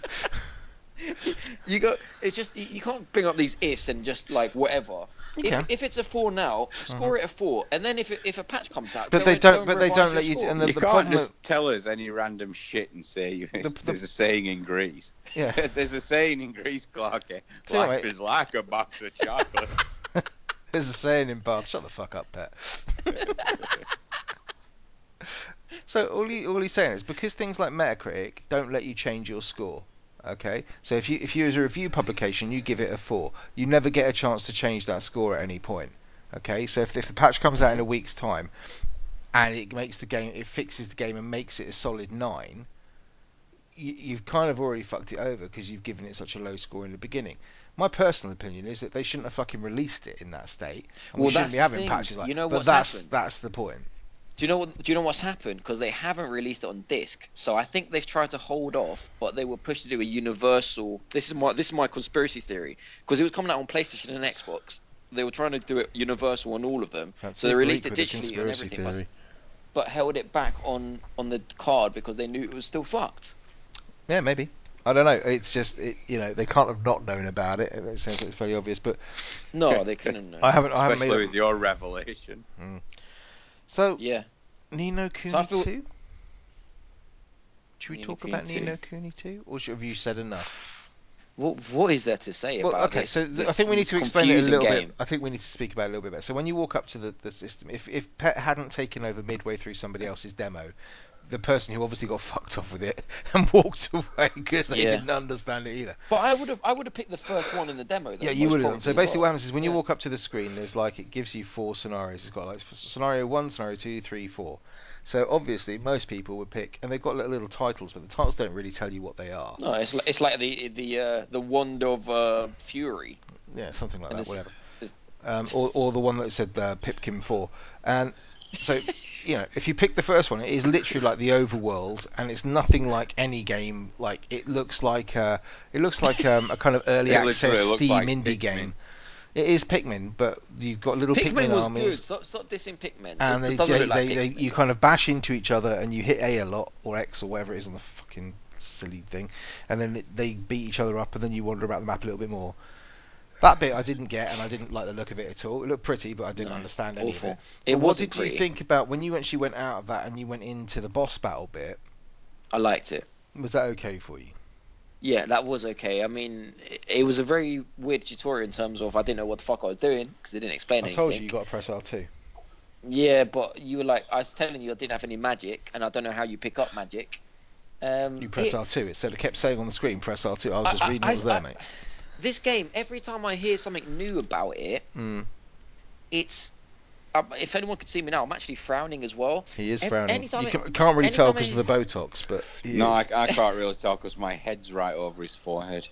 Speaker 3: You got. It's just you, you can't bring up these ifs and just like whatever.
Speaker 2: You
Speaker 3: If,
Speaker 2: can.
Speaker 3: if it's a four now, score it a four, and then if it, if a patch comes out,
Speaker 2: Uh-huh. But
Speaker 3: go
Speaker 2: they
Speaker 3: and-
Speaker 2: don't-
Speaker 3: go and
Speaker 2: but they
Speaker 3: revise
Speaker 2: don't
Speaker 3: your
Speaker 2: let you do-
Speaker 3: score.
Speaker 2: and the-
Speaker 5: you
Speaker 2: problem
Speaker 5: can't just
Speaker 2: with-
Speaker 5: tell us any random shit and say you,
Speaker 2: The- the-
Speaker 5: there's a saying in Greece.
Speaker 2: yeah.
Speaker 5: there's a saying in Greece, Clarky.
Speaker 2: Tell you
Speaker 5: Life
Speaker 2: what.
Speaker 5: is like a box of chocolates.
Speaker 2: There's a saying in Bath. Shut the fuck up, Pat. so all he all he's saying is because things like Metacritic don't let you change your score. Okay, so if you if you as a review publication you give it a four, you never get a chance to change that score at any point. Okay, so if, if the patch comes out in a week's time, and it makes the game, it fixes the game and makes it a solid nine, you, you've kind of already fucked it over because you've given it such a low score in the beginning. My personal opinion is that they shouldn't have fucking released it in that state. And
Speaker 3: Well,
Speaker 2: we shouldn't
Speaker 3: that's
Speaker 2: be
Speaker 3: the
Speaker 2: having
Speaker 3: thing.
Speaker 2: patches like.
Speaker 3: You know
Speaker 2: but
Speaker 3: what's
Speaker 2: that's
Speaker 3: happened?
Speaker 2: that's the point.
Speaker 3: Do you know what? Do you know what's happened? Because they haven't released it on disc, so I think they've tried to hold off, but they were pushed to do a universal. This is my this is my conspiracy theory because it was coming out on PlayStation and Xbox. They were trying to do it universal on all of them, so they released it digitally on everything, but, but held it back on on the card because they knew it was still fucked.
Speaker 2: Yeah, maybe. I don't know. It's just it, you know they can't have not known about it. It sounds like it's fairly obvious, but
Speaker 3: No, they couldn't. know.
Speaker 2: I haven't. I haven't made.
Speaker 5: Especially
Speaker 2: It.
Speaker 5: with your revelation.
Speaker 2: So
Speaker 3: Yeah,
Speaker 2: Nino Kuni
Speaker 3: So I feel-
Speaker 2: two. Should we
Speaker 3: Ni no
Speaker 2: talk
Speaker 3: Kuni
Speaker 2: about
Speaker 3: 2?
Speaker 2: Nino Kuni two, or should, have you said enough?
Speaker 3: what what is there to say
Speaker 2: Well,
Speaker 3: about
Speaker 2: okay,
Speaker 3: this?
Speaker 2: so th- I
Speaker 3: this
Speaker 2: think we need to explain it a
Speaker 3: confusing
Speaker 2: little
Speaker 3: game?
Speaker 2: bit. I think we need to speak about it a little bit better. So when you walk up to the, the system, if if Pet hadn't taken over midway through somebody else's demo, the person who obviously got fucked off with it and walked away because they
Speaker 3: Yeah.
Speaker 2: didn't understand it either.
Speaker 3: But I would have, I would have picked the first one in the demo. Though,
Speaker 2: Yeah, you
Speaker 3: most
Speaker 2: would have done. So
Speaker 3: probably,
Speaker 2: basically, what
Speaker 3: but-
Speaker 2: happens is when you
Speaker 3: yeah.
Speaker 2: walk up to the screen, there's like it gives you four scenarios. It's got like s- scenario one, scenario two, three, four. So obviously, most people would pick, and they've got little, little titles, but the titles don't really tell you what they are.
Speaker 3: No, it's like, it's like the the uh, the wand of uh, fury.
Speaker 2: Yeah, something like
Speaker 3: And
Speaker 2: that.
Speaker 3: it's-
Speaker 2: Whatever.
Speaker 3: it's-
Speaker 2: Um, or, or the one that said uh, Pipkin Four, and so you know, if you pick the first one, it is literally like the overworld, and it's nothing like any game. Like it looks like a, it looks like um, a kind of early
Speaker 5: It
Speaker 2: access
Speaker 5: literally looks
Speaker 2: Steam
Speaker 5: like
Speaker 2: indie
Speaker 5: Pikmin.
Speaker 2: game. It is Pikmin, but you've got little Pikmin,
Speaker 3: Pikmin was
Speaker 2: armies.
Speaker 3: good. Stop, stop dissing Pikmin.
Speaker 2: and
Speaker 3: it,
Speaker 2: they,
Speaker 3: it doesn't
Speaker 2: they,
Speaker 3: look like
Speaker 2: they, they-
Speaker 3: Pikmin.
Speaker 2: you kind of bash into each other and you hit A a lot or X or whatever it is on the fucking silly thing, and then it, they beat each other up and then you wander about the map a little bit more. That bit I didn't get and I didn't like the look of it at all. It looked pretty, but I didn't
Speaker 3: No,
Speaker 2: understand any
Speaker 3: Awful.
Speaker 2: of it.
Speaker 3: It
Speaker 2: But what
Speaker 3: wasn't
Speaker 2: did
Speaker 3: pretty.
Speaker 2: you think about when you actually went out of that and you went into the boss battle bit?
Speaker 3: I liked it.
Speaker 2: Was that okay for you?
Speaker 3: Yeah, that was okay. I mean, it, it was a very weird tutorial in terms of I didn't know what the fuck I was doing because they didn't explain
Speaker 2: I
Speaker 3: anything.
Speaker 2: told you you got to press R two.
Speaker 3: Yeah, but you were like, I was telling you I didn't have any magic, and I don't know how you pick up magic. Um,
Speaker 2: You press
Speaker 3: it-
Speaker 2: R two. It said it kept saying on the screen press R two. I was just
Speaker 3: I- I-
Speaker 2: reading
Speaker 3: I-
Speaker 2: what was there,
Speaker 3: I-
Speaker 2: mate.
Speaker 3: This game, every time I hear something new about it,
Speaker 2: Mm,
Speaker 3: it's. Um, if anyone could see me now, I'm actually frowning as well.
Speaker 2: he is
Speaker 3: Ev-
Speaker 2: frowning. You
Speaker 3: anytime it-
Speaker 2: ca- can't really tell
Speaker 3: anytime
Speaker 2: because
Speaker 3: I-
Speaker 2: of the Botox, but he
Speaker 5: No,
Speaker 2: is.
Speaker 5: I, I can't really tell because my head's right over his forehead.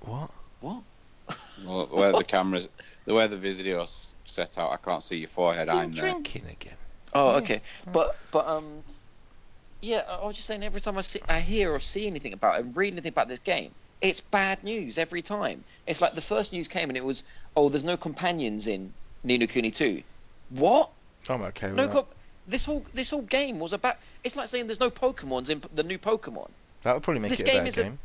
Speaker 2: what?
Speaker 5: Well, where the cameras, the way the video's set out, I can't see your forehead.
Speaker 2: You're
Speaker 5: I'm there.
Speaker 2: drinking again.
Speaker 3: Oh,
Speaker 2: Yeah.
Speaker 3: okay. But but um, yeah, I I was just saying. Every time I see, I hear or see anything about it, and read anything about this game, it's bad news every time. It's like the first news came and it was, oh, there's no companions in Nino Kuni 2. What?
Speaker 2: I'm okay with
Speaker 3: No
Speaker 2: that.
Speaker 3: cop. This whole this whole game was about. It's like saying there's no Pokemon's in p- the new Pokemon.
Speaker 2: That would probably make
Speaker 3: This
Speaker 2: it
Speaker 3: game
Speaker 2: a bad
Speaker 3: is a-
Speaker 2: game.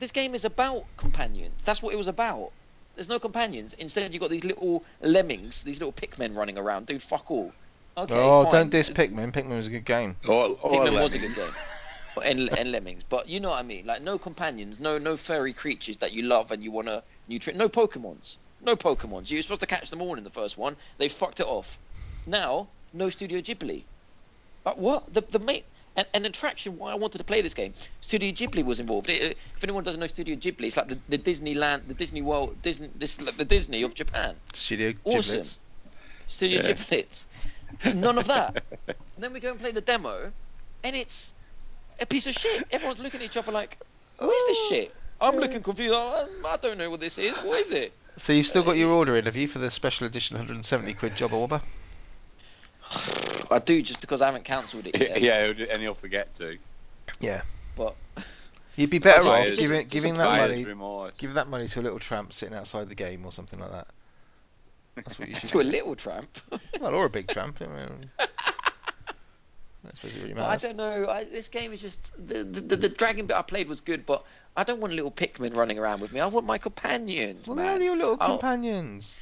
Speaker 3: This game is about companions. That's what it was about. There's no companions. Instead, you got these little lemmings, these little Pikmin running around, doing fuck all. Okay.
Speaker 2: oh,
Speaker 3: fine.
Speaker 2: don't diss Pikmin. Pikmin was a good game.
Speaker 5: Or, or
Speaker 3: Pikmin was a
Speaker 5: lemmings.
Speaker 3: good game. But- And, and lemmings, but you know what I mean. Like no companions, no no furry creatures that you love and you want to nutrient. No Pokemon's, no Pokemon's. You were supposed to catch them all in the first one. They fucked it off. Now no Studio Ghibli. But what the the mate an, an attraction why I wanted to play this game. Studio Ghibli was involved. It- it- if anyone doesn't know Studio Ghibli, it's like the, the Disneyland, the Disney World, Disney this like the Disney of Japan.
Speaker 2: Studio
Speaker 3: Awesome.
Speaker 2: Giblets.
Speaker 3: Studio
Speaker 5: Yeah.
Speaker 3: Giblets. None of that. And then we go and play the demo, and it's a piece of shit. Everyone's looking at each other like, "What is this shit?" I'm looking confused. I, I don't know what this is. What is it?
Speaker 2: So you've still got your order in, have you, for the special edition 170 quid job order?
Speaker 3: I do just because I haven't cancelled it
Speaker 5: Yeah,
Speaker 3: yet.
Speaker 5: and he'll forget to.
Speaker 3: But
Speaker 2: You'd be better
Speaker 3: just-
Speaker 2: off
Speaker 5: it's
Speaker 2: giving,
Speaker 3: just
Speaker 2: giving
Speaker 3: a
Speaker 2: that
Speaker 3: buyer's
Speaker 2: money,
Speaker 5: remorse.
Speaker 2: giving that money to a little tramp sitting outside the game or something like that. That's what you should.
Speaker 3: to a
Speaker 2: do.
Speaker 3: little tramp.
Speaker 2: Well, or a big tramp. I mean, I suppose it really
Speaker 3: But I
Speaker 2: matters.
Speaker 3: don't know. I, this game is just the, the the the dragon bit I played was good, but I don't want little Pikmin running around with me. I want my companions,
Speaker 2: Well,
Speaker 3: man.
Speaker 2: they're your little
Speaker 3: I'll-
Speaker 2: companions.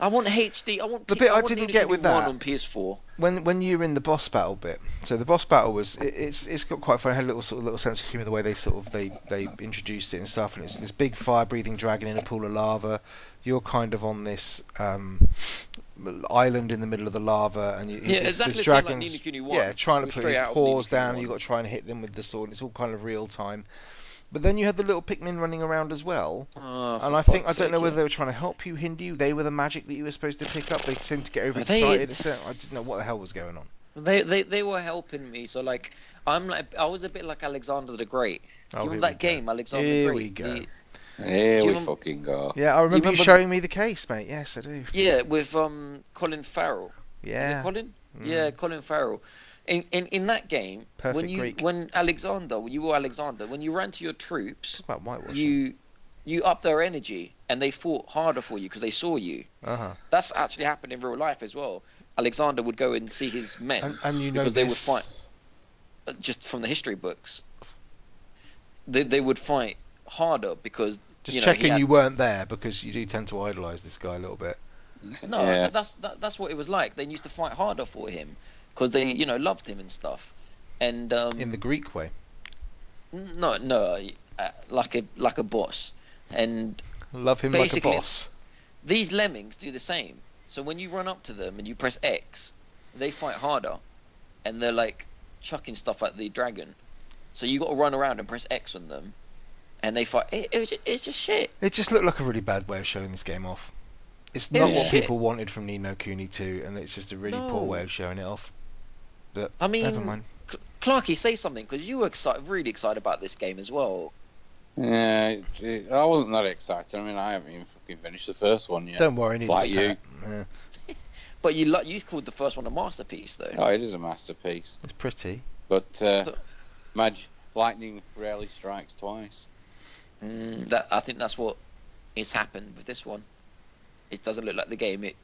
Speaker 3: I want HD. I want
Speaker 2: The
Speaker 3: P-
Speaker 2: bit I
Speaker 3: want
Speaker 2: didn't
Speaker 3: Nino
Speaker 2: get
Speaker 3: Kuni
Speaker 2: with
Speaker 3: 1
Speaker 2: that-
Speaker 3: on PS4.
Speaker 2: when when you're in the boss battle bit, so the boss battle was it, it's it's got quite fun. I had a little sort of little sense of humor the way they sort of they they introduced it and stuff. And it's this big fire breathing dragon in a pool of lava. You're kind of on this um, island in the middle of the lava, and you,
Speaker 3: Yeah,
Speaker 2: this,
Speaker 3: exactly
Speaker 2: this
Speaker 3: the same like
Speaker 2: dragon's
Speaker 3: Nino Kuni 1.
Speaker 2: yeah trying
Speaker 3: It
Speaker 2: to
Speaker 3: was
Speaker 2: put
Speaker 3: straight
Speaker 2: his
Speaker 3: out of Nino
Speaker 2: paws
Speaker 3: Kuni
Speaker 2: down.
Speaker 3: 1.
Speaker 2: You've got to try and hit them with the sword. It's all kind of real time. But then you had the little Pikmin running around as well,
Speaker 3: Oh, for
Speaker 2: and I think I
Speaker 3: fuck's
Speaker 2: don't know
Speaker 3: sake,
Speaker 2: whether they were trying to help you, hinder you. They were the magic that you were supposed to pick up. They seemed to get
Speaker 3: they-
Speaker 2: overexcited. It's- I didn't know what the hell was going on.
Speaker 3: They, they they were helping me, so like I'm like I was a bit like Alexander the Great. Do
Speaker 2: Oh,
Speaker 3: you
Speaker 2: here
Speaker 3: remember
Speaker 2: we
Speaker 3: that
Speaker 2: go.
Speaker 3: game, Alexander
Speaker 2: Here
Speaker 3: the Great?
Speaker 2: we go.
Speaker 3: The- Do you
Speaker 5: Here we
Speaker 3: remember-
Speaker 5: fucking go.
Speaker 2: Yeah, I remember you,
Speaker 3: remember the-
Speaker 2: showing me the case, mate. Yes, I do.
Speaker 3: yeah, with um Colin Farrell. Is it
Speaker 2: Yeah,
Speaker 3: Colin?
Speaker 2: Mm.
Speaker 3: Yeah, Colin Farrell. In, in in that game, when
Speaker 2: Perfect
Speaker 3: you
Speaker 2: Greek.
Speaker 3: when Alexander, when you were Alexander, when you ran to your troops,
Speaker 2: Talk about whitewashing.
Speaker 3: you you upped their energy and they fought harder for you because they saw you.
Speaker 2: Uh-huh.
Speaker 3: That's actually happened in real life as well. Alexander would go and see his men.
Speaker 2: And, and you know
Speaker 3: because
Speaker 2: this.
Speaker 3: they would fight uh, just from the history books. They they would fight harder because
Speaker 2: Just
Speaker 3: you know, he
Speaker 2: checking
Speaker 3: had-
Speaker 2: you weren't there because you do tend to idolise this guy a little bit.
Speaker 3: No,
Speaker 5: Yeah.
Speaker 3: that's that, that's what it was like. They used to fight harder for him because they you know loved him and stuff. And um,
Speaker 2: In the Greek way.
Speaker 3: no no uh, like a like a boss. And
Speaker 2: Love him
Speaker 3: Basically,
Speaker 2: like a boss.
Speaker 3: these lemmings do the same. So when you run up to them and you press X, they fight harder. and they're like chucking stuff at the dragon. So you got to run around and press X on them, and they fight. It, it was just, it's just shit.
Speaker 2: It just looked like a really bad way of showing this game off. It's
Speaker 3: It
Speaker 2: not
Speaker 3: was
Speaker 2: what
Speaker 3: shit.
Speaker 2: people wanted from Nino Cooney 2, and it's just a really
Speaker 3: No.
Speaker 2: poor way of showing it off. But
Speaker 3: I mean,
Speaker 2: never mind.
Speaker 3: Cl- Clarky, say something because you were excited, really excited about this game as well.
Speaker 5: Yeah, it, it, I wasn't that excited. I mean, I haven't even fucking finished the first one yet.
Speaker 2: Don't worry, neither
Speaker 5: Like
Speaker 2: does
Speaker 5: you.
Speaker 2: Pat. Yeah,
Speaker 3: But you like you called the first one a masterpiece though.
Speaker 5: Oh, it is a masterpiece.
Speaker 2: it's pretty.
Speaker 5: But uh, mag- lightning rarely strikes twice.
Speaker 3: Mm, that I think that's what has happened with this one. It doesn't look like the game. It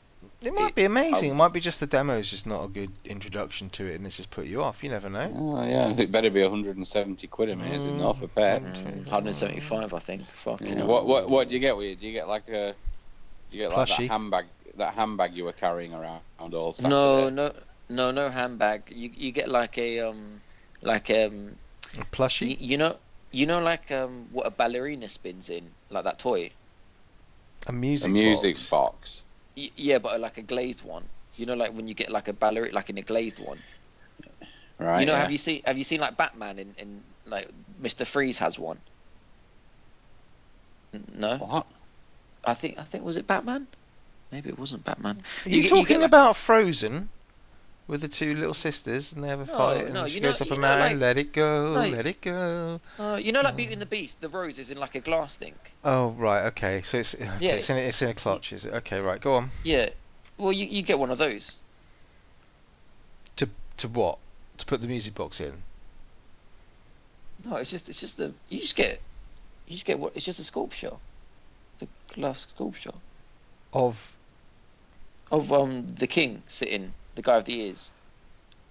Speaker 2: It might
Speaker 3: It-
Speaker 2: be amazing.
Speaker 3: I-
Speaker 2: It might be just the demo is just not a good introduction to it, and it's just put you off. You never know.
Speaker 5: Oh yeah, it better be 170 quid a minute, is it not for pet?
Speaker 2: Mm.
Speaker 3: mm, 175, I think. Fucking
Speaker 5: Yeah,
Speaker 3: hell.
Speaker 5: Mm, What what what do you get with you? Do you get like a do you get like
Speaker 2: Plushie.
Speaker 5: that handbag that handbag you were carrying around all Saturday?
Speaker 3: No, no, no, no handbag. You you get like a um like um
Speaker 2: A
Speaker 3: you,
Speaker 2: plushie.
Speaker 3: you know you know like um what a ballerina spins in like that toy.
Speaker 2: A music.
Speaker 5: a music
Speaker 2: box.
Speaker 5: box.
Speaker 3: Y- yeah, but uh, like a glazed one. You know, like when you get like a ballerina, like in a glazed one.
Speaker 5: right?
Speaker 3: you know,
Speaker 5: yeah.
Speaker 3: have you seen have you seen like Batman in, in like Mister Freeze has one? N- No,
Speaker 5: What?
Speaker 3: I think I think was it Batman? Maybe it wasn't Batman.
Speaker 2: Are you,
Speaker 3: get-
Speaker 2: talking
Speaker 3: get, like-
Speaker 2: about Frozen with the two little sisters and they have a
Speaker 3: No,
Speaker 2: fight and
Speaker 3: no,
Speaker 2: she
Speaker 3: you know-
Speaker 2: goes up
Speaker 3: you
Speaker 2: a
Speaker 3: know,
Speaker 2: mountain,
Speaker 3: like-
Speaker 2: let it go,
Speaker 3: like-
Speaker 2: let it go.
Speaker 5: Mm.
Speaker 3: Uh, you know, like Beauty and the Beast, the rose is in like a glass thing.
Speaker 2: Oh right, okay. So it's okay,
Speaker 3: Yeah.
Speaker 2: it's in a, it's in a clutch, is it? Okay, right. Go on.
Speaker 3: Yeah. Well, you, you get one of those.
Speaker 2: To what? To put the music box in.
Speaker 3: No, it's just it's just a you just get you just get what it's just a sculpture, the glass sculpture
Speaker 2: Of
Speaker 3: of um the king sitting, the guy with the ears.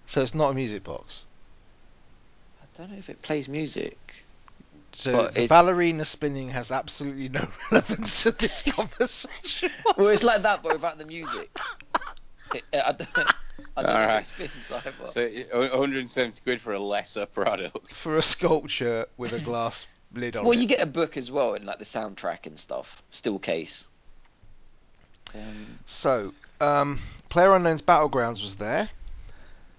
Speaker 2: so it's not a music box.
Speaker 3: I don't know if it plays music.
Speaker 2: So
Speaker 3: But
Speaker 2: the
Speaker 3: it's-
Speaker 2: ballerina spinning has absolutely no relevance to this conversation.
Speaker 3: Well, it's like that, but without the music. It- I don't, I don't know
Speaker 5: Alright.
Speaker 3: if it spins either.
Speaker 5: So uh, 170 quid for a lesser product.
Speaker 2: for a sculpture with a glass lid on
Speaker 3: well,
Speaker 2: it.
Speaker 3: you get a book as well, and like the soundtrack and stuff, still case. Um,
Speaker 2: So, um, Player Unknown's Battlegrounds was there.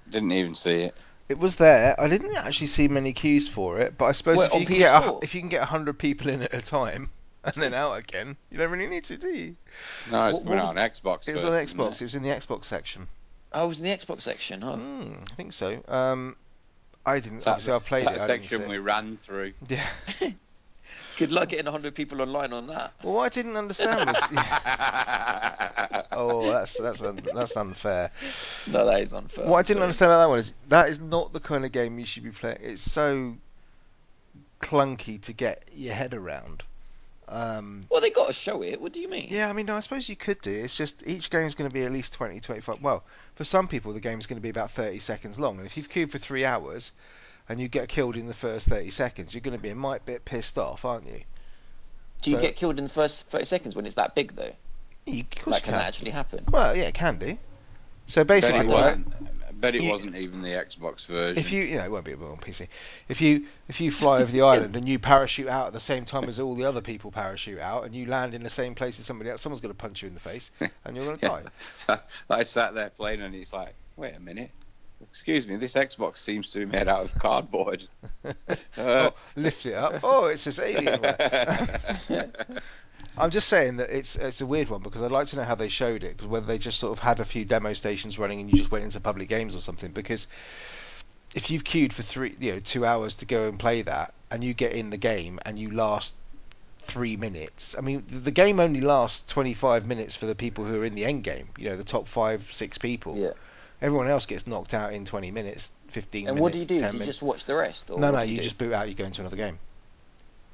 Speaker 5: Didn't even see it.
Speaker 2: It was there. I didn't actually see many queues for it, but I suppose
Speaker 3: Well,
Speaker 2: if, you
Speaker 3: on
Speaker 2: can get a,
Speaker 3: PS4.
Speaker 2: if you can get hundred people in at a time and then out again, you don't really need to, do you?
Speaker 5: No, it's
Speaker 3: What-
Speaker 5: coming
Speaker 3: what
Speaker 5: out on Xbox.
Speaker 2: It was
Speaker 5: first,
Speaker 2: on
Speaker 5: isn't
Speaker 2: Xbox. It?
Speaker 5: it?
Speaker 2: was in the Xbox section.
Speaker 3: I Oh, was in the Xbox section. Huh?
Speaker 2: Hmm, I think so. Um, I didn't.
Speaker 5: That-
Speaker 2: obviously, I played
Speaker 5: that
Speaker 2: it.
Speaker 5: section
Speaker 2: I didn't see
Speaker 5: we
Speaker 2: it.
Speaker 5: ran through.
Speaker 2: Yeah.
Speaker 3: Good luck getting 100 people online on that.
Speaker 2: Well, what I didn't understand was. Oh, that's that's un, that's unfair.
Speaker 3: No, that is unfair.
Speaker 2: What I
Speaker 3: I'm
Speaker 2: didn't
Speaker 3: sorry.
Speaker 2: understand about that one is that is not the kind of game you should be playing. It's so clunky to get your head around. Um,
Speaker 3: Well, they got to show it. What do you mean?
Speaker 2: yeah, I mean, I suppose you could do. It's just each game is going to be at least 20, 25. Well, for some people, the game is going to be about 30 seconds long. And if you've queued for three hours and you get killed in the first 30 seconds, you're going to be a mite bit pissed off, aren't you?
Speaker 3: do you
Speaker 2: so-
Speaker 3: get killed in the first 30 seconds when it's that big though?
Speaker 2: you of course
Speaker 3: Like,
Speaker 2: you
Speaker 3: can
Speaker 2: can.
Speaker 3: that actually happen?
Speaker 2: Well, yeah, it can do. So
Speaker 5: I bet
Speaker 2: basically,
Speaker 5: it
Speaker 2: what-
Speaker 5: wasn't. I bet it
Speaker 2: You-
Speaker 5: wasn't even the Xbox version.
Speaker 2: If you, you know, it won't be on PC. If you, if you fly over the island and you parachute out at the same time as all the other people parachute out, and you land in the same place as somebody else, someone's going to punch you in the face, and you're going to
Speaker 5: Yeah.
Speaker 2: die.
Speaker 5: I sat there playing, and it's like, wait a minute. Excuse me, this Xbox seems to be made out of cardboard. Uh,
Speaker 2: Oh, lift it up. Oh, it's this alien. one. I'm just saying that it's it's a weird one because I'd like to know how they showed it, 'cause whether they just sort of had a few demo stations running and you just went into public games or something. Because if you've queued for three, you know, two hours to go and play that, and you get in the game and you last three minutes. I mean, th- the game only lasts 25 minutes for the people who are in the end game. You know, the top five, six people.
Speaker 3: Yeah.
Speaker 2: Everyone else gets knocked out in 20 minutes, 15
Speaker 3: And
Speaker 2: minutes.
Speaker 3: what do you
Speaker 2: 10
Speaker 3: do? Do you
Speaker 2: minutes.
Speaker 3: just watch the rest? Or
Speaker 2: No,
Speaker 3: what
Speaker 2: no,
Speaker 3: do
Speaker 2: you
Speaker 3: do?
Speaker 2: just boot out, you go into another game.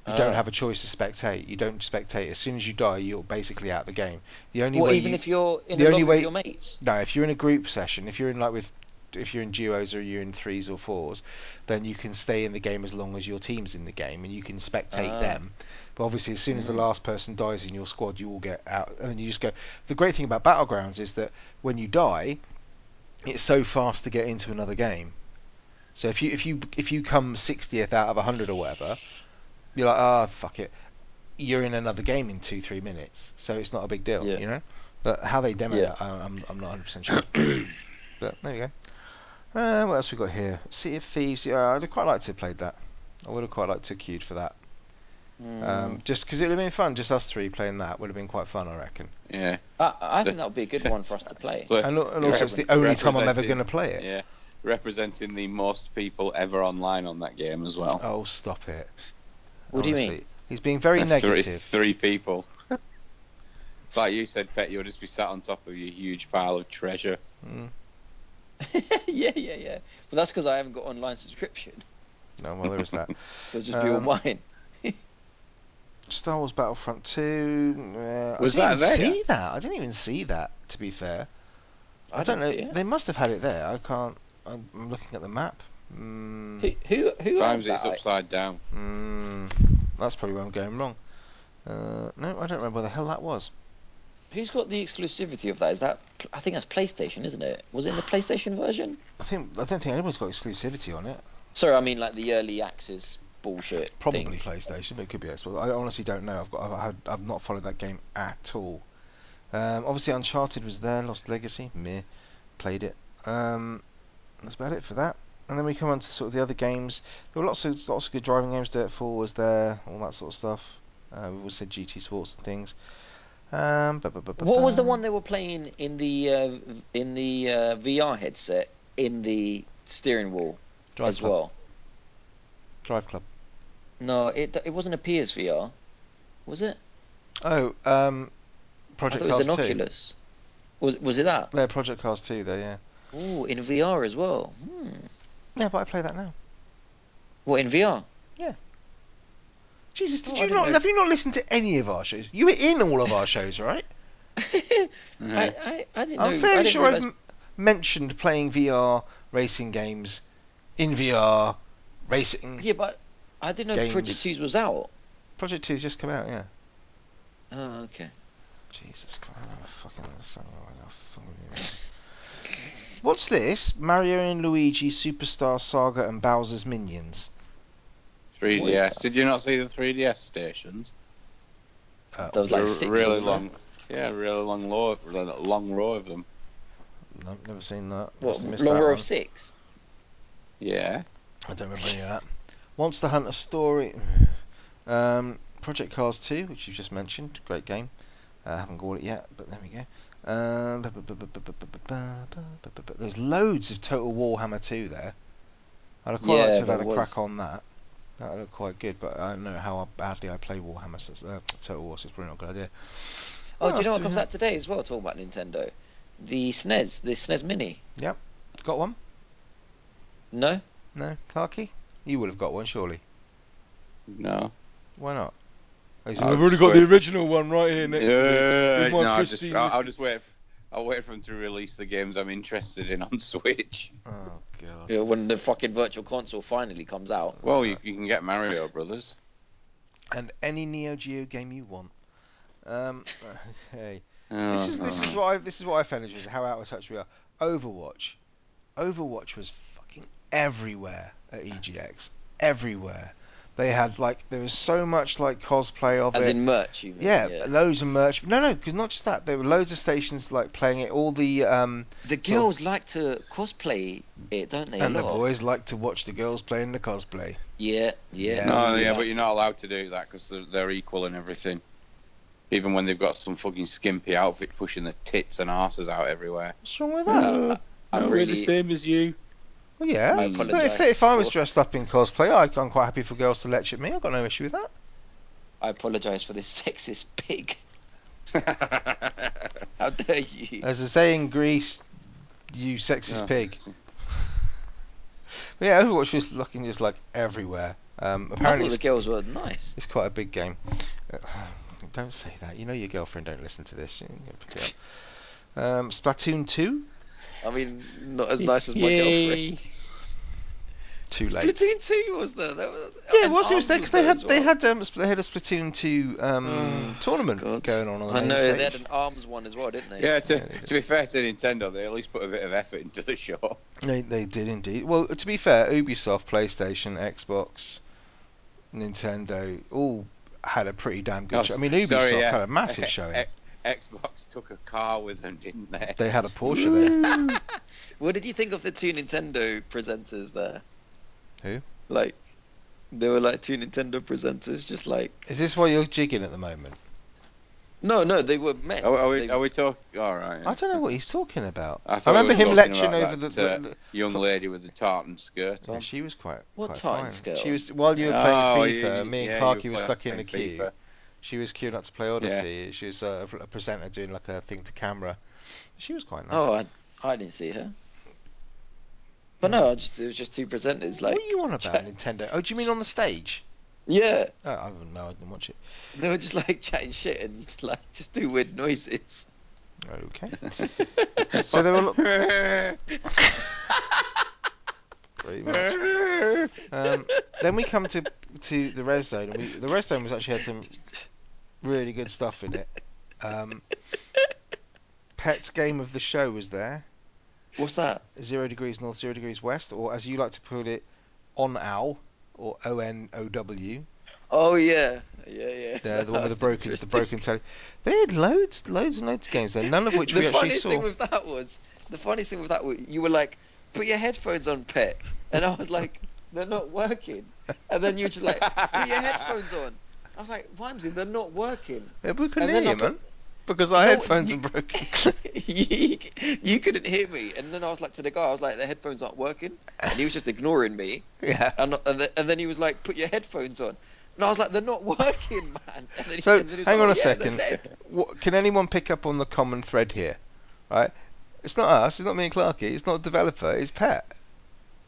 Speaker 2: You don't
Speaker 3: Oh.
Speaker 2: have a choice to spectate. You don't spectate. As soon as you die, you're basically out of the game. The only
Speaker 3: Well,
Speaker 2: way
Speaker 3: even
Speaker 2: you...
Speaker 3: if you're in
Speaker 2: the
Speaker 3: a
Speaker 2: only
Speaker 3: lobby
Speaker 2: way-
Speaker 3: with your mates.
Speaker 2: No, if you're in a group session, if you're in like with, if you're in duos or you're in threes or fours, then you can stay in the game as long as your team's in the game and you can spectate
Speaker 3: Ah. Hmm.
Speaker 2: them. But obviously, as soon as the last person dies in your squad, you all get out and then you just go. The great thing about battlegrounds is that when you die, it's so fast to get into another game. So if you if you if you come sixtieth out of hundred or whatever, you're like, ah, fuck it. You're in another game in two three minutes, so it's not a big deal,
Speaker 3: Yeah.
Speaker 2: you know. But how they demo
Speaker 3: Yeah.
Speaker 2: that, I, I'm I'm not 100 percent sure. but there you go. Uh, what else we got here? Sea of Thieves. Yeah, I'd have quite liked to have played that. I would have quite liked to have queued for that.
Speaker 3: Mm.
Speaker 5: Mm.
Speaker 2: Um, just because it would have been fun, just us three playing that would have been quite fun, I reckon.
Speaker 5: Yeah.
Speaker 3: I, I think that would be a good one for us to play.
Speaker 5: But-
Speaker 2: And, al- and also, it's the only time I'm ever going to
Speaker 5: Representing-
Speaker 2: play it.
Speaker 5: Yeah. Representing the most people ever online on that game as well.
Speaker 2: Oh, stop it!
Speaker 3: What do you mean?
Speaker 2: Honestly. He's being very
Speaker 5: Three,
Speaker 2: negative.
Speaker 5: three people. it's like you said, Pet, you'll just be sat on top of your huge pile of treasure.
Speaker 3: yeah, yeah, yeah. But that's because I haven't got online subscription,
Speaker 2: No, well, there is that.
Speaker 3: so just be on
Speaker 2: Um,
Speaker 3: mine.
Speaker 2: Star Wars Battlefront 2. Uh,
Speaker 5: Was
Speaker 2: I didn't even
Speaker 5: that there?
Speaker 2: see that. I didn't even see that, to be fair. I, don't
Speaker 3: didn't
Speaker 2: know.
Speaker 3: see it.
Speaker 2: They must have had it there. I can't. I'm I'm looking at the map. Mm,
Speaker 3: Who who, who has
Speaker 5: Sometimes it's
Speaker 3: that?
Speaker 5: upside down.
Speaker 2: mm, that's probably where I'm going wrong. Uh, no, I don't remember where the hell that was.
Speaker 3: Who's got the exclusivity of that? Is that I think that's PlayStation, isn't it? Was it in the PlayStation version?
Speaker 2: I think I don't think anyone's got exclusivity on it.
Speaker 3: Sorry, I mean like the early access bullshit.
Speaker 2: Probably
Speaker 3: Thing.
Speaker 2: PlayStation, but it could be Xbox. I honestly don't know. I've got I've, had, I've not followed that game at all. Um, obviously, Uncharted was there. Lost Legacy, meh, played it. Um, that's about it for that. And then we come on to sort of the other games. There were lots of lots of good driving games. Dirt 4 was there, all that sort of stuff. Uh, we also said GT Sports and things. Um, bu- bu- bu- bu-
Speaker 3: What was the
Speaker 2: bu-
Speaker 3: one they were playing in the uh, in the uh, VR headset in the steering wheel
Speaker 2: Drive
Speaker 3: as
Speaker 2: Club.
Speaker 3: well?
Speaker 2: Drive Club.
Speaker 3: No, it it wasn't a PSVR, was it?
Speaker 2: Oh, um,
Speaker 3: I
Speaker 2: Project
Speaker 3: thought it
Speaker 2: Cars
Speaker 3: was an
Speaker 2: 2.
Speaker 3: Oculus. Was was it that?
Speaker 2: Yeah, Project Cars 2 there, yeah.
Speaker 3: Oh, in VR as well. Hmm.
Speaker 2: Yeah, but I play that now.
Speaker 3: What in VR?
Speaker 2: Jesus, did
Speaker 3: Oh, I
Speaker 2: you
Speaker 3: didn't
Speaker 2: not?
Speaker 3: know.
Speaker 2: Have you not listened to any of our shows? You were in all of our shows, right?
Speaker 3: I, I, I
Speaker 2: Mm-hmm. I'm
Speaker 3: didn't know.
Speaker 2: fairly
Speaker 3: I didn't
Speaker 2: sure I've
Speaker 3: realise-
Speaker 2: m- mentioned playing VR racing games in VR racing.
Speaker 3: Yeah, but I didn't know
Speaker 2: Games.
Speaker 3: Project 2 was out.
Speaker 2: Project Two's just come out, yeah.
Speaker 3: Oh, okay.
Speaker 2: Jesus Christ, I fucking understand why I fucking knew. What's this? Mario and Luigi Superstar Saga and Bowser's Minions.
Speaker 5: 3DS. Did you not see the 3DS stations?
Speaker 2: Uh,
Speaker 3: There was like
Speaker 5: They're
Speaker 3: six.
Speaker 5: really
Speaker 3: wasn't there?
Speaker 5: long. Yeah, really long row, long row of them.
Speaker 2: no, never seen that.
Speaker 3: What,
Speaker 2: Must have missed
Speaker 3: long
Speaker 2: that
Speaker 3: row
Speaker 2: one.
Speaker 3: of six?
Speaker 5: Yeah.
Speaker 2: I don't remember any of that. Monster Hunter Story. Um, Project Cars 2, which you just mentioned. Great game. Uh, I haven't got it yet, but there we go. Um, bu- bu- bu- bu- bu- bu- bu- bu- bu- bu- bu- bu- There's loads of Total Warhammer 2 there. I'd have quite
Speaker 3: Yeah,
Speaker 2: liked to have had
Speaker 3: there
Speaker 2: a crack
Speaker 3: was.
Speaker 2: on that. That would look quite good, but I don't know how badly I play Warhammer. So it's, uh, Total War, so it's probably not a good idea. uh,
Speaker 3: Oh, do you
Speaker 2: else
Speaker 3: know what
Speaker 2: do we
Speaker 3: comes
Speaker 2: have?
Speaker 3: out today as well, talking about Nintendo? The SNES, the SNES Mini.
Speaker 2: Got one?
Speaker 3: No?
Speaker 2: No? Clarky? You would have got one, surely.
Speaker 5: No.
Speaker 2: Why not? Oh, he says,
Speaker 5: I
Speaker 2: I've
Speaker 5: was
Speaker 2: already got the
Speaker 5: supposed-
Speaker 2: original one right here next to me.
Speaker 5: Yeah,
Speaker 2: With my
Speaker 5: no, I'll just,
Speaker 2: pristine
Speaker 5: I'll, I'll
Speaker 2: list-
Speaker 5: just wait. For, I'll wait for them to release the games I'm interested in on Switch.
Speaker 2: Oh, God.
Speaker 3: Yeah, When the fucking virtual console finally comes out.
Speaker 5: Well, you, you can get Mario Brothers.
Speaker 2: and any Neo Geo game you want. Um, okay,
Speaker 5: Oh,
Speaker 2: this is this is what I this is what I found is how out of touch we are. Overwatch, Overwatch was fucking everywhere at EGX, everywhere. They had like there was so much like cosplay of
Speaker 3: As
Speaker 2: it.
Speaker 3: in merch, you mean?
Speaker 2: yeah, loads of merch. No, no, because not just that. There were loads of stations like playing it. All the um,
Speaker 3: The girls like to cosplay it, don't they?
Speaker 2: and
Speaker 3: a
Speaker 2: the
Speaker 3: lot.
Speaker 2: boys like to watch the girls playing the cosplay.
Speaker 3: Yeah, yeah.
Speaker 5: No, yeah, but you're not allowed to do that because they're, they're equal in everything. Even when they've got some fucking skimpy outfit pushing their tits and asses out everywhere.
Speaker 2: What's wrong with that?
Speaker 3: Uh, I'm
Speaker 5: No,
Speaker 3: really-
Speaker 5: same as you.
Speaker 2: Well, yeah,
Speaker 5: I
Speaker 2: but if,
Speaker 3: apologise
Speaker 2: if I was
Speaker 3: for-
Speaker 2: dressed up in cosplay, I, I'm quite happy for girls to lecture me. I've got no issue with that.
Speaker 3: I apologise for this sexist pig. How dare you?
Speaker 2: As they say in Greece, you sexist
Speaker 5: Yeah.
Speaker 2: pig. but yeah, Overwatch was looking just like everywhere. Um,
Speaker 3: I
Speaker 2: apparently,
Speaker 3: thought the
Speaker 2: it's,
Speaker 3: girls were nice.
Speaker 2: it's quite a big game. don't say that. You know your girlfriend don't listen to this. You can pick it up. Um, Splatoon 2?
Speaker 3: I mean, not as nice as my girlfriend.
Speaker 2: Too late.
Speaker 3: Platoon two was there. That was,
Speaker 2: Yeah, it
Speaker 3: and
Speaker 2: was. It was
Speaker 3: Arms
Speaker 2: there because they
Speaker 3: there
Speaker 2: had
Speaker 3: as
Speaker 2: they
Speaker 3: well.
Speaker 2: had um, sp- they had a Splatoon two um, tournament
Speaker 3: God.
Speaker 2: going on on the
Speaker 3: I
Speaker 2: main
Speaker 3: know
Speaker 2: stage.
Speaker 3: they had an arms one as well, didn't they?
Speaker 5: Yeah, to, to be fair to Nintendo, they at least put a bit of effort into the show.
Speaker 2: They, they did indeed. Well, to be fair, Ubisoft, PlayStation, Xbox, Nintendo all had a pretty damn good
Speaker 5: Oh,
Speaker 2: show. I mean,
Speaker 5: s-
Speaker 2: Ubisoft
Speaker 5: sorry, yeah. Eh,
Speaker 2: had a massive showing.
Speaker 5: Xbox took a car with them, didn't they?
Speaker 2: They had a Porsche there.
Speaker 3: What did you think of the two Nintendo presenters there?
Speaker 2: Who?
Speaker 3: Like, there were like two Nintendo presenters, just like
Speaker 2: Is this why you're jigging at the moment?
Speaker 3: no, no, they were men.
Speaker 5: Are, are we,
Speaker 3: They-
Speaker 5: are we talking? All right.
Speaker 2: I don't know what he's talking about.
Speaker 5: I
Speaker 2: I,
Speaker 5: thought
Speaker 2: remember
Speaker 5: we were
Speaker 2: him
Speaker 5: talking
Speaker 2: lecturing
Speaker 5: about
Speaker 2: over the,
Speaker 5: that,
Speaker 2: the,
Speaker 5: uh, young lady with the tartan skirt
Speaker 2: the-
Speaker 5: on.
Speaker 2: yeah, she was quite
Speaker 3: What
Speaker 2: quite
Speaker 3: time
Speaker 2: fine.
Speaker 3: scale?
Speaker 2: She was while you were playing
Speaker 5: Oh,
Speaker 2: FIFA.
Speaker 5: yeah,
Speaker 2: me and
Speaker 5: yeah, you
Speaker 2: Clarky
Speaker 5: were
Speaker 2: were stuck in
Speaker 5: playing
Speaker 2: the queue.
Speaker 5: FIFA.
Speaker 2: She was queuing up to play Odyssey. She was uh, a a presenter doing like a thing to camera. She was quite nice.
Speaker 3: Oh, I, I didn't see her. But no, I just, it was just two presenters. Like,
Speaker 2: what are you on about Nintendo? Oh, do you mean on the stage?
Speaker 3: yeah,
Speaker 2: Oh, I don't know. I didn't watch it.
Speaker 3: they were just like chatting shit and like just do weird noises.
Speaker 2: Okay. so there were lo- pretty much. Um, then we come to to the res zone, and we, the res zone was actually had some really good stuff in it. Um, Pets game of the show was there.
Speaker 3: What's that?
Speaker 2: Zero degrees north, zero degrees west, or as you like to put it, on owl or O N O W.
Speaker 3: Oh yeah, yeah, yeah.
Speaker 2: The, the one with the broken,
Speaker 3: That's
Speaker 2: the
Speaker 3: interesting.
Speaker 2: broken telly. They had loads, loads and loads of games there, none of which
Speaker 3: the
Speaker 2: we actually
Speaker 3: funniest
Speaker 2: saw.
Speaker 3: thing with that was the funniest thing with that was you were like, put your headphones on, pet, and I was like, they're not working, and then you were just like, put your headphones on. I was like, Wimsey, they're not working.
Speaker 2: Yeah, we couldn't
Speaker 3: and
Speaker 2: hear
Speaker 3: then
Speaker 2: you,
Speaker 3: I put-
Speaker 2: man, because our
Speaker 3: No,
Speaker 2: headphones
Speaker 3: you-
Speaker 2: are broken.
Speaker 3: you, you couldn't hear me, and then I was like to the guy, I was like, the headphones aren't working, and he was just ignoring me,
Speaker 2: yeah.
Speaker 3: and and, the, and then he was like, put your headphones on, and I was like, they're not working, man. And then he,
Speaker 2: So
Speaker 3: and then he was
Speaker 2: hang on a
Speaker 3: like, "Oh, yeah, they're
Speaker 2: second.
Speaker 3: dead."
Speaker 2: What, can anyone pick up on the common thread here? Right? It's not us. It's not me and Clarky. It's not the developer. It's Pat.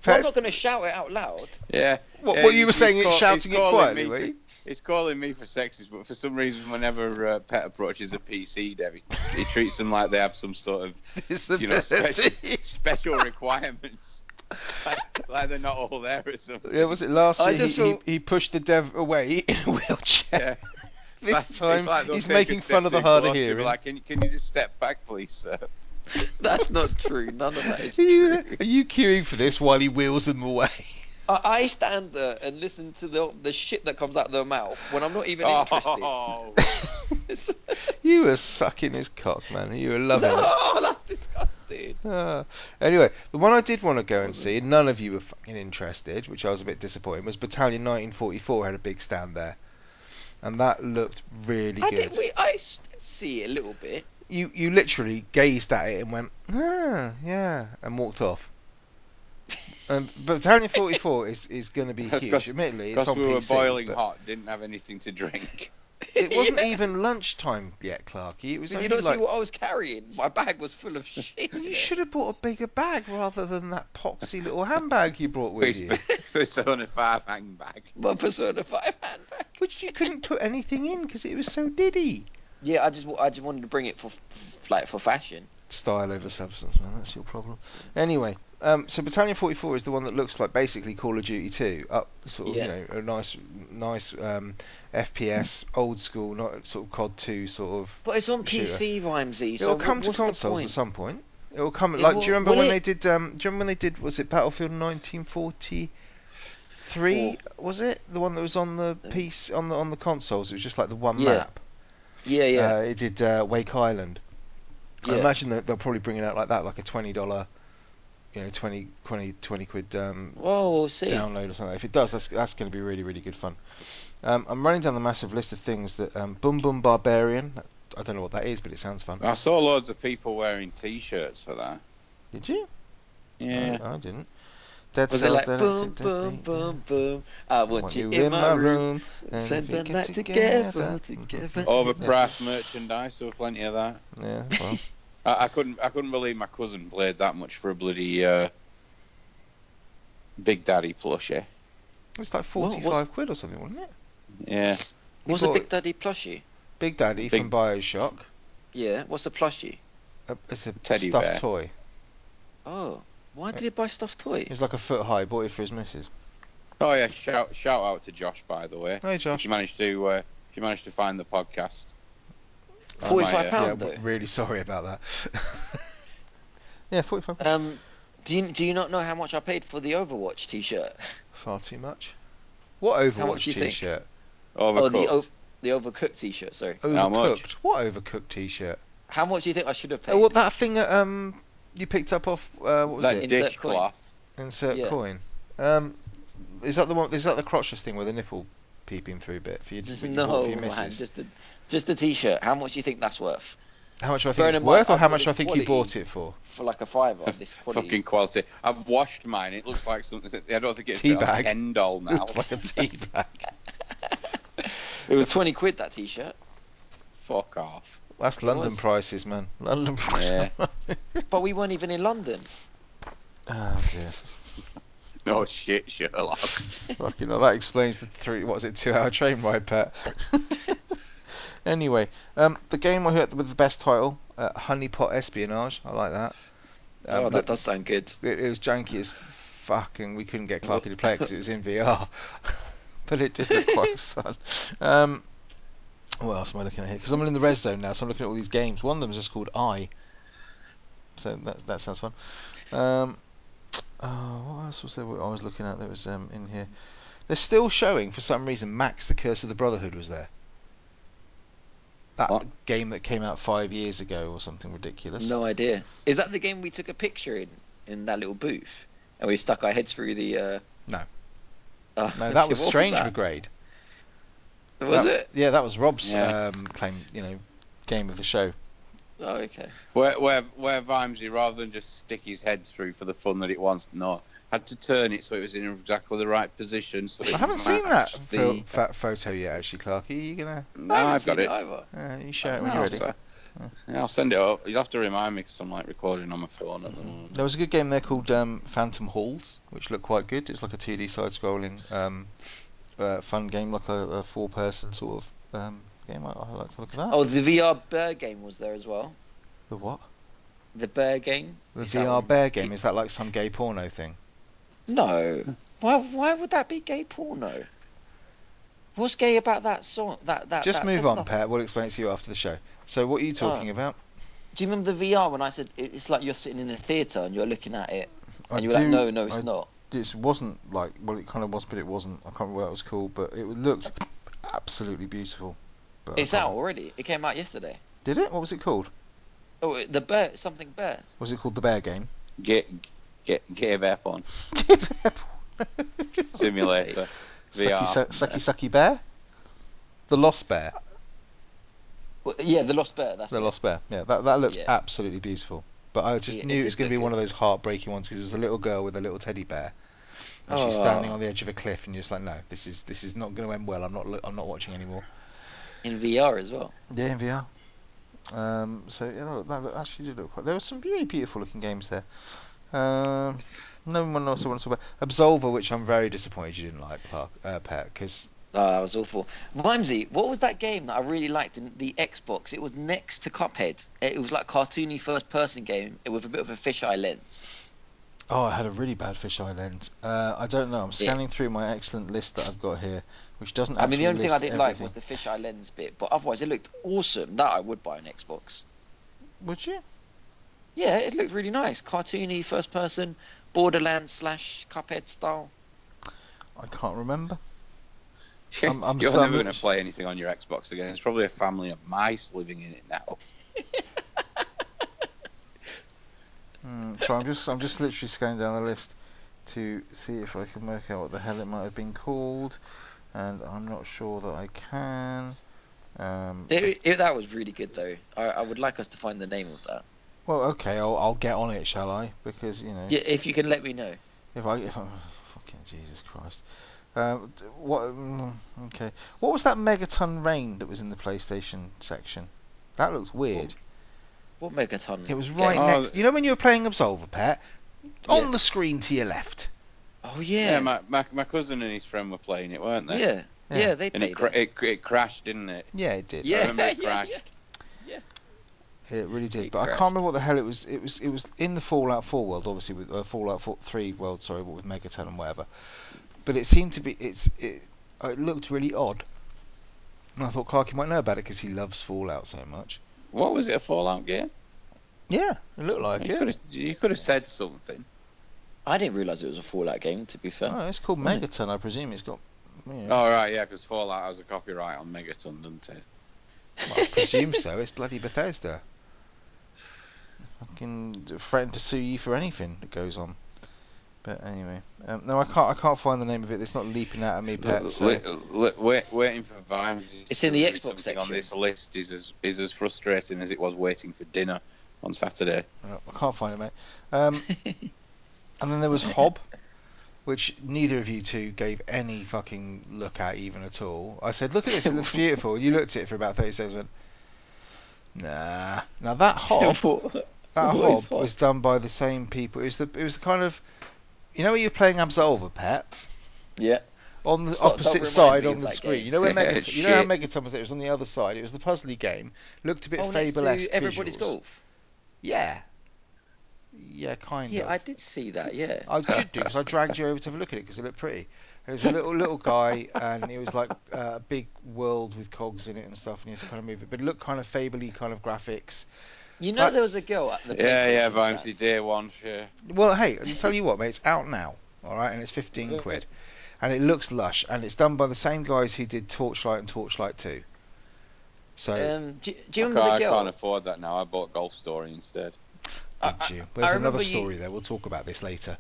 Speaker 3: Well, I'm
Speaker 2: Pet's-
Speaker 3: not going to shout it out loud.
Speaker 5: yeah.
Speaker 2: what,
Speaker 5: yeah,
Speaker 2: what you
Speaker 5: he's-
Speaker 2: were saying?
Speaker 5: he's
Speaker 2: It's
Speaker 5: call- he's
Speaker 2: shouting it
Speaker 5: calling
Speaker 2: quietly.
Speaker 5: me
Speaker 2: were you?
Speaker 5: He's calling me for sexist, but for some reason, whenever uh, Pet approaches a PC dev, he, he treats them like they have some sort of you know special,
Speaker 2: Disability.
Speaker 5: special requirements, like, like they're not all there or something.
Speaker 2: Yeah, was it last
Speaker 3: I
Speaker 2: year? He,
Speaker 3: just feel-
Speaker 2: he, he pushed the dev away in a wheelchair.
Speaker 5: Yeah.
Speaker 2: This
Speaker 5: It's
Speaker 2: time,
Speaker 5: like they'll
Speaker 2: he's
Speaker 5: take a
Speaker 2: making
Speaker 5: step
Speaker 2: fun of the
Speaker 5: too
Speaker 2: hard of
Speaker 5: close to be
Speaker 2: hearing.
Speaker 5: Like, can, you- can you just step back, please, sir?
Speaker 3: That's not true. None of that is
Speaker 2: are, you,
Speaker 3: true.
Speaker 2: are you queuing for this while he wheels them away?
Speaker 3: I, I stand there and listen to the the shit that comes out of their mouth when I'm not even interested.
Speaker 5: Oh,
Speaker 3: It's-
Speaker 2: You were sucking his cock, man. You were loving it.
Speaker 3: oh, that's disgusting.
Speaker 2: Ah. anyway, the one I did want to go and see, and none of you were fucking interested, which I was a bit disappointed, was Battalion 1944 had a big stand there. And that looked really
Speaker 3: I
Speaker 2: good.
Speaker 3: did. We, I s- see it a little bit.
Speaker 2: You you literally gazed at it and went, ah, yeah, and walked off. Um, Battalion 44 is, is going to be
Speaker 5: That's
Speaker 2: huge.
Speaker 5: 'cause-
Speaker 2: Admittedly, it's
Speaker 5: because
Speaker 2: on
Speaker 5: we were
Speaker 2: PC,
Speaker 5: boiling
Speaker 2: but
Speaker 5: hot, didn't have anything to drink.
Speaker 2: It wasn't
Speaker 3: Yeah.
Speaker 2: even lunchtime yet, Clarky. It was
Speaker 3: Did you
Speaker 2: only
Speaker 3: not
Speaker 2: like
Speaker 3: see what I was carrying? My bag was full of shit.
Speaker 2: you should have bought a bigger bag rather than that popsy little handbag you brought with you.
Speaker 5: Persona 5 hang bag.
Speaker 3: My Persona 5 handbag.
Speaker 2: which you couldn't put anything in because it was so diddy.
Speaker 3: Yeah, I just wa- I just wanted to bring it for f- f- like for fashion.
Speaker 2: Style over substance, man. That's your problem. Anyway, um, so Battalion 44 is the one that looks like basically Call of Duty 2, up sort of
Speaker 3: Yeah.
Speaker 2: you know a nice, nice um, FPS, old school, not sort of COD 2 sort of.
Speaker 3: But it's on
Speaker 2: Shooter.
Speaker 3: PC, Rhymesy.
Speaker 2: It'll
Speaker 3: E, So
Speaker 2: come
Speaker 3: wh-
Speaker 2: to
Speaker 3: what's the
Speaker 2: consoles
Speaker 3: point?
Speaker 2: at some point. It'll come.
Speaker 3: It
Speaker 2: like,
Speaker 3: will-
Speaker 2: do you remember
Speaker 3: will
Speaker 2: when
Speaker 3: it?
Speaker 2: they did? Um, do you remember when they did? Was it Battlefield 1943? Was it the one that was on the
Speaker 3: Uh,
Speaker 2: piece on the on the consoles? It was just like the one
Speaker 3: Yeah.
Speaker 2: map.
Speaker 3: Yeah, yeah,
Speaker 2: Uh, it did uh, Wake Island. I
Speaker 3: Yeah.
Speaker 2: imagine that they'll probably bring it out like that, like a twenty dollar, you know, 20, 20, 20 quid um,
Speaker 3: Well, we'll see.
Speaker 2: download or something. If it does, that's that's going to be really really good fun. Um, I'm running down the massive list of things that um, Boom Boom Barbarian. I don't know what that is, but it sounds fun.
Speaker 5: I saw loads of people wearing T-shirts for that.
Speaker 2: Did you?
Speaker 5: Yeah.
Speaker 2: I, I didn't. Dead
Speaker 3: Was it
Speaker 2: Cells,
Speaker 3: like
Speaker 2: Dead
Speaker 3: boom,
Speaker 2: Instinct, Dead
Speaker 3: boom,
Speaker 2: Beat,
Speaker 3: boom, boom? I
Speaker 2: Dead-
Speaker 3: want you in my room.
Speaker 2: and
Speaker 3: Spend
Speaker 2: we
Speaker 3: the
Speaker 2: get
Speaker 3: night together, together.
Speaker 5: Overpriced merchandise. There were plenty of that.
Speaker 2: Yeah, well,
Speaker 5: I, I couldn't. I couldn't believe my cousin played that much for a bloody uh, Big Daddy plushie.
Speaker 2: it's like
Speaker 3: Well,
Speaker 2: forty-five
Speaker 3: what's-
Speaker 2: quid or something, wasn't it?
Speaker 5: Yeah.
Speaker 3: What's
Speaker 2: bought-
Speaker 3: a Big Daddy plushie?
Speaker 2: Big Daddy
Speaker 5: Big-
Speaker 2: from Bioshock.
Speaker 3: Yeah, what's a plushie?
Speaker 2: Uh, It's a
Speaker 5: Teddy
Speaker 2: stuffed
Speaker 5: bear.
Speaker 2: toy.
Speaker 3: Oh, why did he buy stuffed toy?
Speaker 2: He's like a foot high. Bought it for his missus.
Speaker 5: Oh yeah. Shout shout out to Josh by the way.
Speaker 2: Hey
Speaker 5: If
Speaker 2: Josh.
Speaker 5: you managed to uh, if you managed to find the podcast. I might,
Speaker 3: Forty-five
Speaker 5: uh,
Speaker 2: Yeah,
Speaker 3: pound
Speaker 2: w-
Speaker 3: though.
Speaker 2: really sorry about that. yeah, forty-five.
Speaker 3: Um, do you do you not know how much I paid for the Overwatch T-shirt?
Speaker 2: Far too much. What Overwatch
Speaker 3: much do you think?
Speaker 2: T-shirt?
Speaker 5: Overcooked.
Speaker 3: Oh, the o- the overcooked T-shirt. Sorry.
Speaker 2: Overcooked.
Speaker 5: How much?
Speaker 2: What overcooked T-shirt?
Speaker 3: How much do you think I should have paid?
Speaker 2: Oh, well, that thing that um you picked up off uh, what was
Speaker 5: That
Speaker 2: it?
Speaker 3: Insert
Speaker 5: dishcloth.
Speaker 2: Insert
Speaker 3: yeah.
Speaker 2: coin. Um, is that the one? Is that the crotchless thing with the nipple peeping through bit for you?
Speaker 3: Just
Speaker 2: that you bought
Speaker 3: no,
Speaker 2: for your
Speaker 3: man.
Speaker 2: missus?
Speaker 3: Just a, just a T-shirt. How much do you think that's worth
Speaker 2: How much do I
Speaker 3: Bear
Speaker 2: think it's
Speaker 3: in mind,
Speaker 2: worth, or
Speaker 3: I've
Speaker 2: how
Speaker 3: got
Speaker 2: much do I
Speaker 3: this
Speaker 2: think you
Speaker 3: quality.
Speaker 2: bought it for?
Speaker 3: for like a fiver of this quality?
Speaker 5: Fucking quality. I've washed mine. It looks like something. I don't think it's
Speaker 2: Tea
Speaker 5: a
Speaker 2: bag.
Speaker 5: end all now.
Speaker 2: It's like a tea bag.
Speaker 3: It was twenty quid that T-shirt.
Speaker 5: Fuck off.
Speaker 2: That's London
Speaker 3: was.
Speaker 2: prices, man. London prices.
Speaker 3: But we weren't even in London.
Speaker 2: oh dear.
Speaker 5: No shit, Sherlock.
Speaker 2: Fucking hell, that explains the three. What was it? Two-hour train ride, Pat. anyway, um, the game I heard with the best title, uh, Honey Pot Espionage. I like that. Um,
Speaker 3: oh, that
Speaker 2: look-
Speaker 3: does sound good.
Speaker 2: It, it was janky as fuck, and we couldn't get Clarky to play because it was in VR. but it did look quite fun. Um, what else am I looking at here? Because I'm in the red zone now, so I'm looking at all these games. One of them is just called I. So that that sounds fun. Um, oh, what else was there? I was looking at that was um, in here. They're still showing for some reason. Max: The Curse of the Brotherhood was there. That
Speaker 3: What?
Speaker 2: game that came out five years ago or something ridiculous.
Speaker 3: No idea. Is that the game we took a picture in in that little booth, and we stuck our heads through the? Uh...
Speaker 2: No.
Speaker 3: Oh,
Speaker 2: No,
Speaker 3: okay,
Speaker 2: that was
Speaker 3: what
Speaker 2: Strange
Speaker 3: Was,
Speaker 2: McGrade.
Speaker 3: that? was
Speaker 2: That-
Speaker 3: it?
Speaker 2: Yeah, that was Rob's
Speaker 5: Yeah.
Speaker 2: um, claim. You know, game of the show.
Speaker 3: Oh, okay.
Speaker 5: Where, where, where Vimesy, rather than just stick his head through for the fun that it wants to know, had to turn it so it was in exactly the right position. So it
Speaker 2: I haven't seen that
Speaker 5: matched
Speaker 2: pho-
Speaker 5: the-
Speaker 2: fa- photo yet, actually, Clark. Are you gonna?
Speaker 5: No,
Speaker 3: I haven't
Speaker 5: I've got
Speaker 3: seen
Speaker 5: it.
Speaker 3: either.
Speaker 2: Uh, you share it when
Speaker 5: No,
Speaker 2: you're ready.
Speaker 5: so- yeah, I'll send it up. You'll have to remind me because I'm like recording on my phone at the moment.
Speaker 2: There was a good game there called um, Phantom Halls, which looked quite good. It's like a 2D side-scrolling um, uh, fun game, like a, a four-person sort of um, game. I, I like to look at that.
Speaker 3: Oh, the VR bear game was there as well.
Speaker 2: The what?
Speaker 3: The bear game.
Speaker 2: The
Speaker 3: Is that
Speaker 2: VR
Speaker 3: one?
Speaker 2: bear game. Is that like some gay porno thing?
Speaker 3: No. Why? Why would that be gay porno? What's gay about that song? That that. Oh.
Speaker 2: Just
Speaker 3: that-
Speaker 2: move
Speaker 3: there's
Speaker 2: on,
Speaker 3: nothing-
Speaker 2: Pat. We'll explain it to you after the show. So, what are you talking about?
Speaker 3: Do you remember the VR when I said it- it's like you're sitting in a theater and you're looking at it
Speaker 2: I
Speaker 3: and you were like,
Speaker 2: do-
Speaker 3: no, no, it's
Speaker 2: I
Speaker 3: not.
Speaker 2: this wasn't like well it kind of was but it wasn't i can't remember what that was called but it looked absolutely beautiful but I
Speaker 3: It's
Speaker 2: can't-
Speaker 3: out already. It came out yesterday.
Speaker 2: did it what was it called
Speaker 3: Oh, it- the bear, something bear.
Speaker 2: was it called the bear game
Speaker 5: Get, get, get a on. Simulator.
Speaker 2: sucky,
Speaker 5: VR.
Speaker 2: su- sucky sucky bear the lost bear
Speaker 3: Well, yeah, the lost bear. That's
Speaker 2: the
Speaker 3: it.
Speaker 2: lost bear yeah that, that looked
Speaker 3: Yeah.
Speaker 2: absolutely beautiful but I just
Speaker 3: Yeah,
Speaker 2: knew
Speaker 3: it
Speaker 2: it was
Speaker 3: did
Speaker 2: going to be
Speaker 3: look
Speaker 2: one of
Speaker 3: good.
Speaker 2: those heartbreaking ones because it was a little girl with a little teddy bear, and she's standing
Speaker 3: Oh.
Speaker 2: on the edge of a cliff, and you're just like, no, this is this is not going to end well. I'm not lo- I'm not watching anymore.
Speaker 3: in VR as well.
Speaker 2: Yeah, in VR. Um, so yeah, that, that look- actually did look quite. There were some really beautiful looking games there. Um, no one else I want to talk about. Absolver, which I'm very disappointed you didn't like, Clark uh, Pat, because
Speaker 3: Oh, that was awful. Wimsey, what was that game that I really liked in the Xbox? It was next to Cuphead. It was like cartoony first-person game with a bit of a fisheye lens.
Speaker 2: oh, I had a really bad fisheye lens. Uh, I don't know. I'm scanning through my excellent list that I've got here, which doesn't.
Speaker 3: I mean,
Speaker 2: actually
Speaker 3: the only thing I
Speaker 2: list
Speaker 3: didn't like
Speaker 2: everything.
Speaker 3: was the fisheye lens bit, but otherwise it looked awesome. That I would buy an Xbox.
Speaker 2: Would you?
Speaker 3: Yeah, it looked really nice. Cartoony, first-person, Borderlands slash Cuphead style.
Speaker 2: I can't remember. I'm- I'm
Speaker 5: You're
Speaker 2: so-
Speaker 5: never going to play anything on your Xbox again. It's probably a family of mice living in it now.
Speaker 2: Mm, so I'm just I'm just literally scanning down the list to see if I can work out what the hell it might have been called, and I'm not sure that I can. Um,
Speaker 3: It, it- that was really good though. I, I would like us to find the name of that.
Speaker 2: Well, okay, I'll, I'll get on it, shall I? Because you know,
Speaker 3: Yeah, if you can let me know.
Speaker 2: if I if I, fucking Jesus Christ, um, d- what? mm, Okay, what was that megaton rain that was in the PlayStation section? That looks weird.
Speaker 3: What megaton?
Speaker 2: It was
Speaker 3: game?
Speaker 2: right
Speaker 5: Oh,
Speaker 2: next. You know when you were playing Absolver, Pat, on
Speaker 3: Yeah.
Speaker 2: the screen to your left.
Speaker 3: Oh
Speaker 5: Yeah,
Speaker 3: yeah,
Speaker 5: my, my, my cousin and his friend were playing it, weren't
Speaker 3: yeah,
Speaker 5: they?
Speaker 3: yeah.
Speaker 2: Yeah.
Speaker 3: they
Speaker 5: And
Speaker 3: played
Speaker 5: it, cra-
Speaker 3: it.
Speaker 5: it, it crashed, didn't it?
Speaker 2: Yeah, it did.
Speaker 5: I
Speaker 3: Yeah,
Speaker 5: remember it
Speaker 3: yeah, yeah.
Speaker 5: crashed.
Speaker 2: It really did,
Speaker 3: It
Speaker 2: but I
Speaker 3: crashed.
Speaker 2: can't remember what the hell it was. It was it was in the Fallout 4 world, obviously with uh, Fallout 4, 3 world, sorry, with Megaton and whatever. But it seemed to be it's it, uh, it looked really odd, and I thought Clarky might know about it because he loves Fallout so much.
Speaker 5: What was it, a Fallout game?
Speaker 2: Yeah, it looked like
Speaker 5: You
Speaker 2: it.
Speaker 5: could have you could have said something.
Speaker 3: I didn't realize it was a Fallout game. To be fair,
Speaker 2: Oh, it's called
Speaker 3: Wasn't
Speaker 2: Megaton. I presume it's got Yeah,
Speaker 5: All right, oh, right, yeah, because Fallout has a copyright on Megaton, doesn't it?
Speaker 2: well, I presume so. It's bloody Bethesda. Fucking threaten to sue you for anything that goes on. But anyway, um, no, I can't. I can't find the name of it. It's not leaping out at me, Pat. So.
Speaker 5: Li- li- wait, waiting for Vimes.
Speaker 6: It's
Speaker 5: to
Speaker 6: in the
Speaker 5: read
Speaker 6: Xbox
Speaker 5: something On
Speaker 6: section.
Speaker 5: this list is as is as frustrating as it was waiting for dinner on Saturday.
Speaker 2: Well, Oh, I can't find it, mate. Um, and then there was Hob, which neither of you two gave any fucking look at even at all. I said, "Look at this, it looks beautiful." You looked at it for about thirty seconds. and Went, nah. Now that Hob,
Speaker 3: What-
Speaker 2: that
Speaker 3: what
Speaker 2: Hob
Speaker 3: is Hob?
Speaker 2: was done by the same people. It was the it was the kind of, you know, when you're playing Absolver, Pat.
Speaker 3: Yeah.
Speaker 2: On the
Speaker 3: Stop- don't
Speaker 2: opposite
Speaker 3: remind
Speaker 2: side
Speaker 3: me
Speaker 2: on
Speaker 3: of
Speaker 2: the
Speaker 3: that
Speaker 2: screen.
Speaker 3: game.
Speaker 2: You know where Megaton, you know how
Speaker 5: Shit.
Speaker 2: Megaton was. It was on the other side. It was the puzzly game. Looked a bit
Speaker 3: Oh, next to
Speaker 2: fable-esque.
Speaker 3: everybody's
Speaker 2: visuals.
Speaker 3: golf.
Speaker 2: Yeah. Yeah, kind
Speaker 3: Yeah,
Speaker 2: of.
Speaker 3: I did see that. Yeah.
Speaker 2: I did do because I dragged you over to have a look at it because it looked pretty. It was a little little guy and it was like uh, a big world with cogs in it and stuff, and you had to kind of move it, but it looked kind of fably kind of graphics.
Speaker 3: You know
Speaker 2: Right.
Speaker 3: there was a girl at the
Speaker 5: Yeah, yeah,
Speaker 3: PlayStation
Speaker 5: Vimes,
Speaker 3: stand.
Speaker 5: day one. Yeah.
Speaker 2: Well, hey, I'll tell you what, mate, it's out now, all right, and it's fifteen quid, and it looks lush, and it's done by the same guys who did Torchlight and Torchlight Two. So
Speaker 3: Um, do, do
Speaker 5: I
Speaker 3: you
Speaker 5: can't,
Speaker 3: remember
Speaker 5: I
Speaker 3: the girl?
Speaker 5: can't afford that now. I bought Golf Story instead.
Speaker 2: did you? There's another
Speaker 3: remember you-
Speaker 2: story there. We'll talk about this later.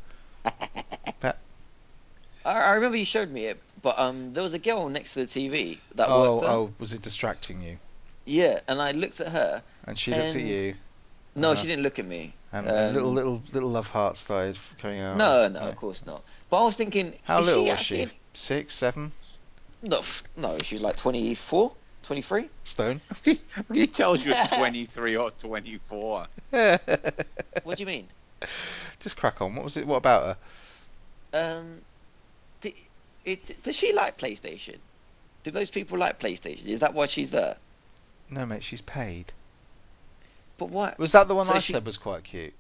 Speaker 3: I, I remember you showed me it, but um, there was a girl next to the TV that
Speaker 2: Oh,
Speaker 3: worked. there.
Speaker 2: oh, was it distracting you?
Speaker 3: Yeah, and I looked at her.
Speaker 2: And she looked at
Speaker 3: And-
Speaker 2: you,
Speaker 3: No,
Speaker 2: Uh-huh.
Speaker 3: she didn't look at me.
Speaker 2: and, and little
Speaker 3: Um,
Speaker 2: little little love hearts started coming out.
Speaker 3: No, no, of course not. But I was thinking,
Speaker 2: Oh, How
Speaker 3: is
Speaker 2: little
Speaker 3: she
Speaker 2: was she?
Speaker 3: actually-
Speaker 2: Six, seven
Speaker 3: No, f- no, she was like 24, 23.
Speaker 2: stone.
Speaker 5: he tells you at 23 or 24.
Speaker 3: What do you mean?
Speaker 2: Just crack on. What was it? What about her?
Speaker 3: Um, d it, does she like PlayStation? Do those people like PlayStation? Is that why she's there?
Speaker 2: No, mate, she's paid.
Speaker 3: But what?
Speaker 2: Was that the one
Speaker 3: So
Speaker 2: I
Speaker 3: she-
Speaker 2: said was quite cute?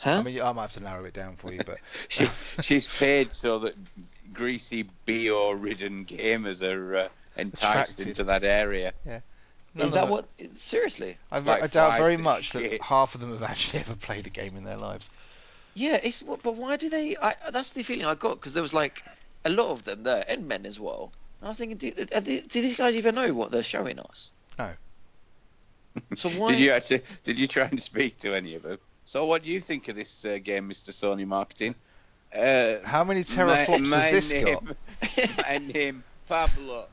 Speaker 3: Huh?
Speaker 2: I mean, I might have to narrow it down for you, but
Speaker 5: She, she's paid so that greasy, bo ridden gamers are uh, enticed
Speaker 2: Attracted.
Speaker 5: into that area.
Speaker 2: No,
Speaker 3: is
Speaker 2: no,
Speaker 3: that
Speaker 2: no.
Speaker 3: what? Seriously?
Speaker 2: I,
Speaker 5: like
Speaker 2: I doubt
Speaker 5: flies
Speaker 2: very
Speaker 5: to
Speaker 2: much that
Speaker 5: shit.
Speaker 2: half of them have actually ever played a game in their lives.
Speaker 3: Yeah, it's wh- but why do they? I, that's the feeling I got because there was like a lot of them there and men as well. And I was thinking, do, are the- do these guys even know what they're showing us?
Speaker 2: No.
Speaker 3: So why?
Speaker 5: Did you actually? Did you try and speak to any of them? So, what do you think of this uh, game, Mr. Sony Marketing? Uh,
Speaker 2: How many teraflops
Speaker 5: my
Speaker 2: has this
Speaker 5: name,
Speaker 2: got?
Speaker 5: My name, Pablo.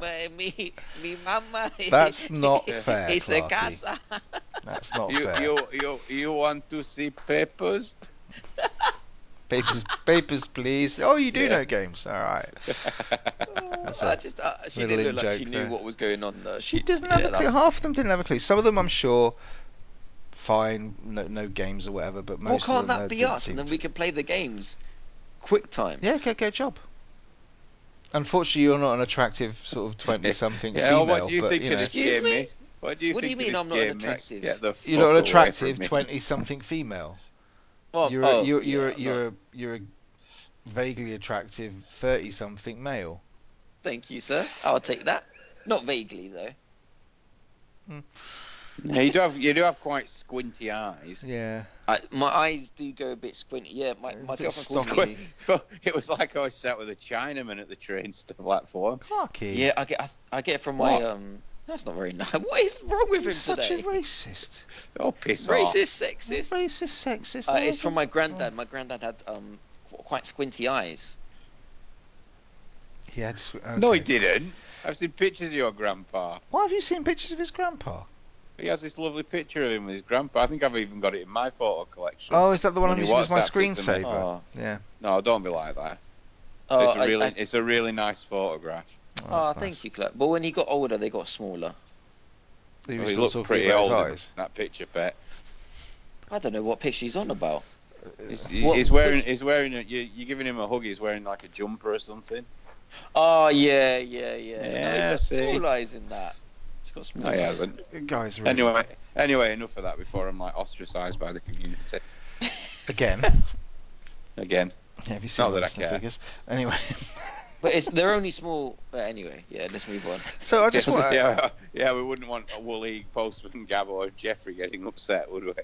Speaker 3: My- me, me mama.
Speaker 2: That's not fair,
Speaker 3: It's a
Speaker 2: Clarky.
Speaker 3: casa.
Speaker 2: That's not
Speaker 5: You,
Speaker 2: fair.
Speaker 5: you, you, you want to see papers?
Speaker 2: Papers, papers, please. Oh, you do
Speaker 5: Yeah.
Speaker 2: know games. All right. That's
Speaker 3: I
Speaker 2: a
Speaker 3: just, uh, she
Speaker 2: middling
Speaker 3: didn't look like she
Speaker 2: joke
Speaker 3: knew
Speaker 2: there.
Speaker 3: what was going on though.
Speaker 2: She doesn't have
Speaker 3: yeah,
Speaker 2: a clue.
Speaker 3: that's-
Speaker 2: Half of them didn't have a clue. Some of them, I'm sure, fine, no, no games or whatever. But
Speaker 3: Well,
Speaker 2: most
Speaker 3: can't
Speaker 2: of them,
Speaker 3: that
Speaker 2: they
Speaker 3: be
Speaker 2: didn't
Speaker 3: us?
Speaker 2: seem
Speaker 3: And then
Speaker 2: to.
Speaker 3: we can play the games. Quick time.
Speaker 2: Yeah, go go job. Unfortunately, you're not an attractive sort of twenty-something
Speaker 5: Yeah,
Speaker 2: female.
Speaker 5: what do you
Speaker 2: but,
Speaker 5: think
Speaker 2: you know,
Speaker 5: of this
Speaker 3: Excuse
Speaker 5: game,
Speaker 3: me?
Speaker 5: miss? What do you
Speaker 3: What do
Speaker 5: think
Speaker 3: you mean
Speaker 5: of
Speaker 3: I'm not
Speaker 5: this game, miss?
Speaker 3: attractive?
Speaker 5: Get the
Speaker 2: You're
Speaker 5: fuck
Speaker 2: not an
Speaker 5: away
Speaker 2: attractive
Speaker 5: from me.
Speaker 2: twenty-something female.
Speaker 3: Well,
Speaker 2: You're
Speaker 3: oh,
Speaker 2: a, you're you're
Speaker 3: yeah,
Speaker 2: a, you're,
Speaker 3: no,
Speaker 2: a, you're a vaguely attractive thirty-something male.
Speaker 3: Thank you, sir. I'll take that. Not vaguely though.
Speaker 5: Yeah, you do have you do have quite squinty eyes.
Speaker 2: Yeah.
Speaker 3: I, my eyes do go a bit squinty. Yeah, my,
Speaker 2: It's a
Speaker 3: my
Speaker 2: bit
Speaker 3: girlfriend calls
Speaker 2: stocky.
Speaker 3: me.
Speaker 5: Well, it was like I was sat with a Chinaman at the train st- platform.
Speaker 2: Clarky.
Speaker 3: Yeah, I get I, I get from my
Speaker 5: What?
Speaker 3: um. That's not very nice. What is wrong with
Speaker 2: You're
Speaker 3: him
Speaker 2: such
Speaker 3: today?
Speaker 2: a racist.
Speaker 5: Oh, piss off!
Speaker 3: Racist, sexist.
Speaker 2: Racist, sexist.
Speaker 3: Uh,
Speaker 2: I
Speaker 3: it's from my
Speaker 2: don't-
Speaker 3: granddad. My granddad had um qu- quite squinty eyes.
Speaker 2: Yeah. Just, okay.
Speaker 5: No, he didn't. I've seen pictures of your grandpa.
Speaker 2: Why have you seen pictures of his grandpa?
Speaker 5: He has this lovely picture of him with his grandpa. I think I've even got it in my photo collection.
Speaker 2: Oh, is that the one
Speaker 5: When
Speaker 2: I'm
Speaker 5: he
Speaker 2: using as my
Speaker 5: WhatsApped it to me.
Speaker 2: screensaver?
Speaker 3: Oh,
Speaker 2: Yeah.
Speaker 5: No, don't be like that.
Speaker 3: oh,
Speaker 5: it's a
Speaker 3: I-
Speaker 5: really,
Speaker 3: I-
Speaker 5: it's a really nice photograph.
Speaker 2: Oh,
Speaker 3: oh,
Speaker 2: that's
Speaker 3: thank
Speaker 2: nice.
Speaker 3: you, Clark. But when he got older, they got smaller.
Speaker 2: He
Speaker 5: Well,
Speaker 2: was
Speaker 5: he
Speaker 2: still
Speaker 5: looked
Speaker 2: talking
Speaker 5: pretty
Speaker 2: about
Speaker 5: old
Speaker 2: his
Speaker 5: in
Speaker 2: eyes.
Speaker 5: that picture, pet.
Speaker 3: I don't know what picture he's on about.
Speaker 5: He's,
Speaker 3: What-
Speaker 5: he's wearing, he's wearing. A, you, you're giving him a hug. He's wearing like a jumper or something.
Speaker 3: Oh yeah, yeah, yeah. no, he's
Speaker 5: Yeah,
Speaker 3: got
Speaker 5: see.
Speaker 3: small eyes in that. He's got small
Speaker 2: Oh,
Speaker 5: No, he
Speaker 3: eyes.
Speaker 5: hasn't.
Speaker 2: Guys, really.
Speaker 5: Anyway, anyway, enough of that before I'm like ostracised by the community
Speaker 2: Again.
Speaker 5: again.
Speaker 2: Yeah, have you seen
Speaker 5: Not
Speaker 2: the
Speaker 5: that I
Speaker 2: listener
Speaker 5: care.
Speaker 2: figures? Anyway,
Speaker 3: But it's they're only small. But anyway, yeah. Let's move on.
Speaker 2: so I just
Speaker 5: yeah,
Speaker 2: want to,
Speaker 5: yeah, yeah, we wouldn't want a woolly postman Gab or Jeffrey getting upset, would we?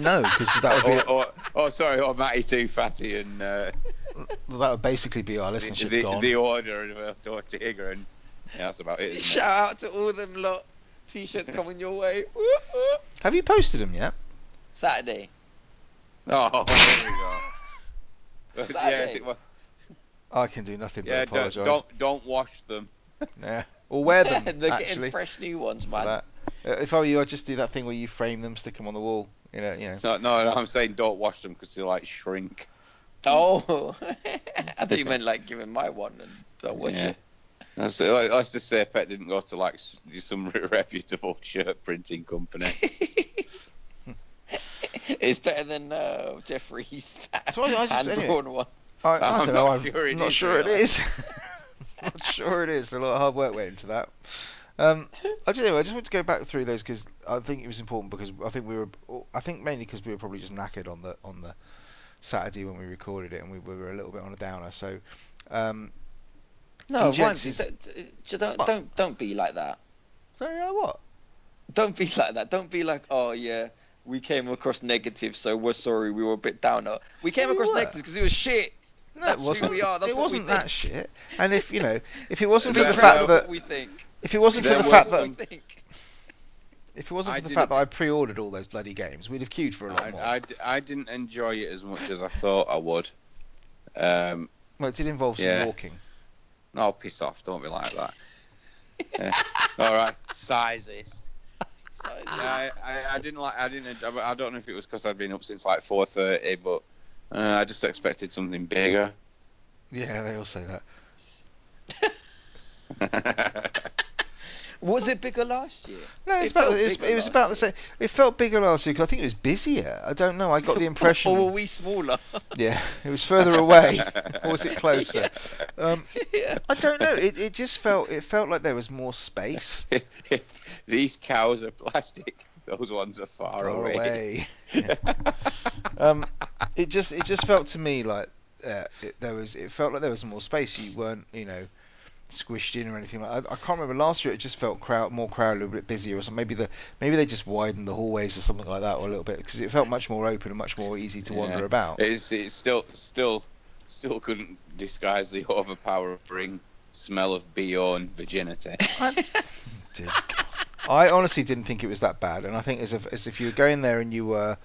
Speaker 2: no, because that would be
Speaker 5: Oh, Or, or, or sorry, or Matty too fatty and uh,
Speaker 2: that would basically be our
Speaker 5: The,
Speaker 2: listenership
Speaker 5: the,
Speaker 2: gone.
Speaker 5: the order of Earth Ortega and yeah, that's
Speaker 2: Oh,
Speaker 5: about it. Isn't it?
Speaker 7: Shout out to all them lot. T-shirts coming your way. Woo, woo.
Speaker 2: Have you posted them yet?
Speaker 7: Saturday.
Speaker 5: Oh, there we go. But yeah, I
Speaker 7: Saturday.
Speaker 5: think we're-
Speaker 2: Oh, I can do nothing but
Speaker 5: yeah don't,
Speaker 2: apologise.
Speaker 5: don't don't wash them.
Speaker 2: Yeah. Or wear them,
Speaker 7: They're
Speaker 2: actually.
Speaker 7: getting fresh new ones,
Speaker 2: for
Speaker 7: man.
Speaker 2: that. Uh, If I were you, I'd just do that thing where you frame them, stick them on the wall. You know, you know.
Speaker 5: No, no, no I'm saying don't wash them because they like shrink.
Speaker 7: Oh, I thought you meant like giving my one and don't watch
Speaker 5: Yeah.
Speaker 7: it.
Speaker 5: Let's, let's just say Pet didn't go to like s- some reputable shirt printing company.
Speaker 7: It's better than uh, Jeffrey's
Speaker 2: That's why I just-
Speaker 7: hand
Speaker 2: anyway.
Speaker 7: drawn one.
Speaker 2: I, I
Speaker 5: I'm
Speaker 2: don't
Speaker 5: not
Speaker 2: know. I'm
Speaker 5: sure it
Speaker 2: not
Speaker 5: is,
Speaker 2: sure it
Speaker 5: really.
Speaker 2: is. not sure it is. A lot of hard work went into that. Um, I just, anyway, I just want to go back through those because I think it was important because I think we were, I think mainly because we were probably just knackered on the on the Saturday when we recorded it and we were a little bit on a downer. So, um,
Speaker 7: No,
Speaker 2: Ejects
Speaker 7: Ramsey,
Speaker 2: is-
Speaker 7: don't, j- don't don't don't be like that.
Speaker 2: so you know what?
Speaker 7: Don't be like that. Don't be like, oh yeah, we came across negative, so we're sorry. We were a bit down. No, We came
Speaker 2: We
Speaker 7: across
Speaker 2: were.
Speaker 7: negative because it was shit.
Speaker 2: No,
Speaker 7: That's
Speaker 2: it
Speaker 7: who
Speaker 2: wasn't.
Speaker 7: we are, that's
Speaker 2: it
Speaker 7: what we
Speaker 2: wasn't that
Speaker 7: think.
Speaker 2: shit. And if you know, if it wasn't for
Speaker 5: There
Speaker 2: the
Speaker 5: were-
Speaker 2: fact
Speaker 7: That's what
Speaker 2: that
Speaker 7: we think.
Speaker 2: if it wasn't for
Speaker 5: there
Speaker 2: the
Speaker 5: were
Speaker 2: fact
Speaker 5: some
Speaker 2: that
Speaker 7: That's what we think.
Speaker 2: If it wasn't
Speaker 5: I
Speaker 2: for the
Speaker 5: did
Speaker 2: fact
Speaker 5: a-
Speaker 2: that I pre-ordered all those bloody games, we'd have queued for a lot
Speaker 5: I,
Speaker 2: more.
Speaker 5: I d- I didn't enjoy it as much as I thought I would. Um,
Speaker 2: well, it did involve some
Speaker 5: Yeah.
Speaker 2: walking.
Speaker 5: no, piss off. Don't be like that. Yeah. All right, sizist.
Speaker 7: So,
Speaker 5: I, I, I didn't like. I didn't. enjoy- I don't know if it was because I'd been up since like four thirty, but uh, I just expected something bigger.
Speaker 2: Yeah, they all say that.
Speaker 7: was it bigger last year?
Speaker 2: No, it's
Speaker 7: It
Speaker 2: about
Speaker 7: felt
Speaker 2: the- it was,
Speaker 7: bigger
Speaker 2: it was
Speaker 7: last
Speaker 2: about the same. It felt bigger last week. I think it was busier. I don't know. I got the impression.
Speaker 7: Or were we smaller?
Speaker 2: yeah, it was further away, or was it closer? Um,
Speaker 7: yeah.
Speaker 2: I don't know. It, it just felt it felt like there was more space
Speaker 5: These cows are plastic. Those ones are far,
Speaker 2: far
Speaker 5: away.
Speaker 2: away. Yeah. um, it just it just felt to me like uh, it, there was it felt like there was more space. You weren't you know squished in or anything like. I, I can't remember last year. It just felt crowd more crowded, a little bit busier, or something. Maybe the maybe they just widened the hallways or something like that, or a little bit because it felt much more open and much more easy to wander
Speaker 5: Yeah.
Speaker 2: about.
Speaker 5: It's, it's still, still, still couldn't disguise the overpowering smell of beyond virginity.
Speaker 2: Dear God. I honestly didn't think it was that bad, and I think as if as if you were going there and you were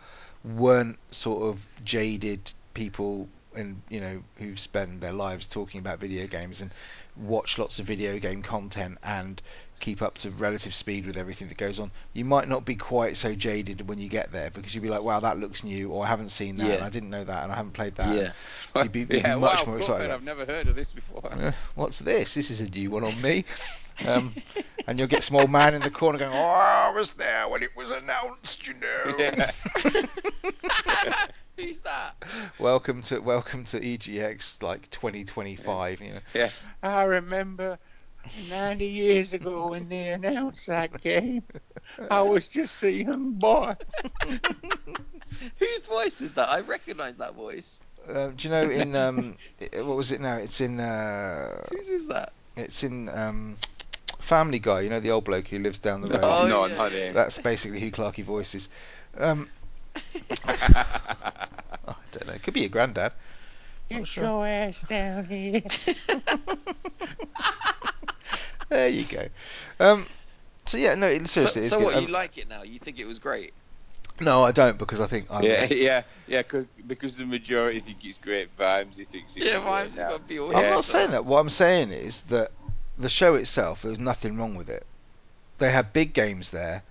Speaker 2: weren't sort of jaded people and you know who spend their lives talking about video games and watch lots of video game content and keep up to relative speed with everything that goes on you might not be quite so jaded when you get there because you'll be like wow that looks new or i haven't seen that
Speaker 7: Yeah.
Speaker 2: and i didn't know that and i haven't played that
Speaker 7: Yeah.
Speaker 2: You'd be- you'd be
Speaker 5: yeah,
Speaker 2: much
Speaker 5: wow,
Speaker 2: more
Speaker 5: Cuphead,
Speaker 2: excited.
Speaker 5: I've never heard of this before.
Speaker 2: Uh, what's this? This is a new one on me. Um, and you'll get some old man in the corner going, oh, I was there when it was announced, you know.
Speaker 5: Yeah.
Speaker 7: Who's that?
Speaker 2: Welcome to welcome to EGX like 2025. You know,
Speaker 5: I remember 90 years ago when they announced that game. I was just a young boy.
Speaker 7: Whose voice is that? I recognise that voice.
Speaker 2: Um, do you know in um, i- what was it now? It's in uh,
Speaker 7: Whose is that?
Speaker 2: it's in um, Family Guy. You know the old bloke who lives down the road.
Speaker 7: Oh,
Speaker 5: no,
Speaker 7: yeah.
Speaker 5: not him.
Speaker 2: That's basically who Clarky voices. Um, Oh, I don't know. It could be your granddad. Not sure.
Speaker 5: ass down here.
Speaker 2: There you go. Um, so yeah, no, it,
Speaker 7: So,
Speaker 2: seriously. it's
Speaker 7: so
Speaker 2: good.
Speaker 7: what?
Speaker 2: Um,
Speaker 7: You like it now? You think it was great?
Speaker 2: No, I don't because I think I
Speaker 5: Yeah,
Speaker 2: was.
Speaker 5: yeah, yeah. 'cause- because the majority think it's great vibes. He thinks it's
Speaker 7: Yeah,
Speaker 5: great
Speaker 7: mine's
Speaker 5: now.
Speaker 7: got to be all.
Speaker 2: I'm
Speaker 5: Yeah,
Speaker 2: not saying that. What I'm saying is that the show itself, there was nothing wrong with it. They had big games there.